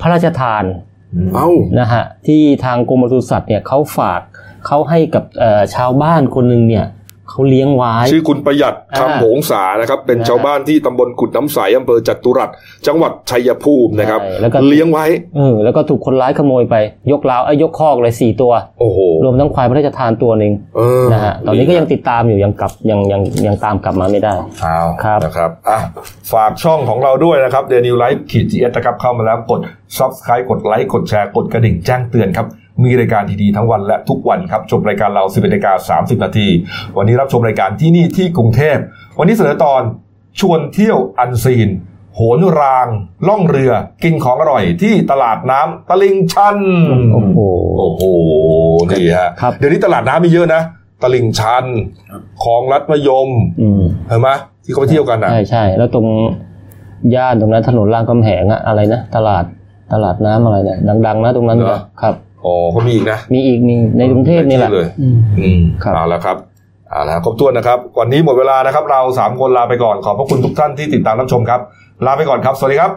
พระราชทาน เอ้า นะฮะที่ทางกรมปศุสัตว์เนี่ยเขาฝากเขาให้กับเอ่อชาวบ้านคนหนึ่งเนี่ยเขาเลี้ยงไว้ ชื่อคุณประหยัด อ่า คำโหงษานะครับ เป็น นะฮะ ชาวบ้านที่ตำบลกุดน้ำใสอำเภอจัตุรัสจังหวัดชัยภูมินะครับ ใช่แล้วก็ เลี้ยงไว้ เออแล้วก็ถูกคนร้ายขโมยไป ยกล้าวไอ้ยยกคอกเลยสี่ตัว โอ้โห รวมทั้งควายพระราชทานตัวหนึ่ง เออ นะฮะตอนนี้ก็ยังติดตามอยู่ยังกลับยังยังยังตามกลับมาไม่ได้ อ้าว ครับ นะครับอ่ะฝากช่องของเราด้วยนะครับเดนิวไลฟ์ขีดจีเอสนะครับเข้ามาแล้วกด subscribe กดไลค์กดแชร์กดกระดิ่งแจ้งเตือนครับ มีรายการดีๆทั้งวันและทุกวันครับ ชมรายการเรา 11นาฬิกา30 นาที วันนี้รับชมรายการที่นี่ที่กรุงเทพ วันนี้เสนอตอนชวนเที่ยวอันซีน โหนราง ล่องเรือกินของอร่อยที่ตลาดน้ำตลิ่งชัน โอ้โห โอ้โหนี่ฮะ ครับ เดี๋ยวนี้ตลาดน้ำมีเยอะนะ ตลิ่งชันคลองรัฐมะยม อืม เห็นไหมที่เขาไปเที่ยวกันอ่ะ ใช่ใช่แล้วตรงย่านตรงนั้นถนนรางคำแหงอะอะไรนะตลาดตลาดน้ำอะไรเนี่ยดัง ๆ นะตรงนั้น เหรอ ครับ อ๋อเขามีอีกนะ มีอีกมีในกรุงเทพนี่แหละ ที่เลย อืม อืม ครับ เอาละครับเอาละครับครบถ้วนนะครับ วันนี้หมดเวลานะครับ เราสามคนลาไปก่อนขอบพระคุณทุกท่านที่ติดตามรับชมครับ ลาไปก่อนครับ สวัสดีครับ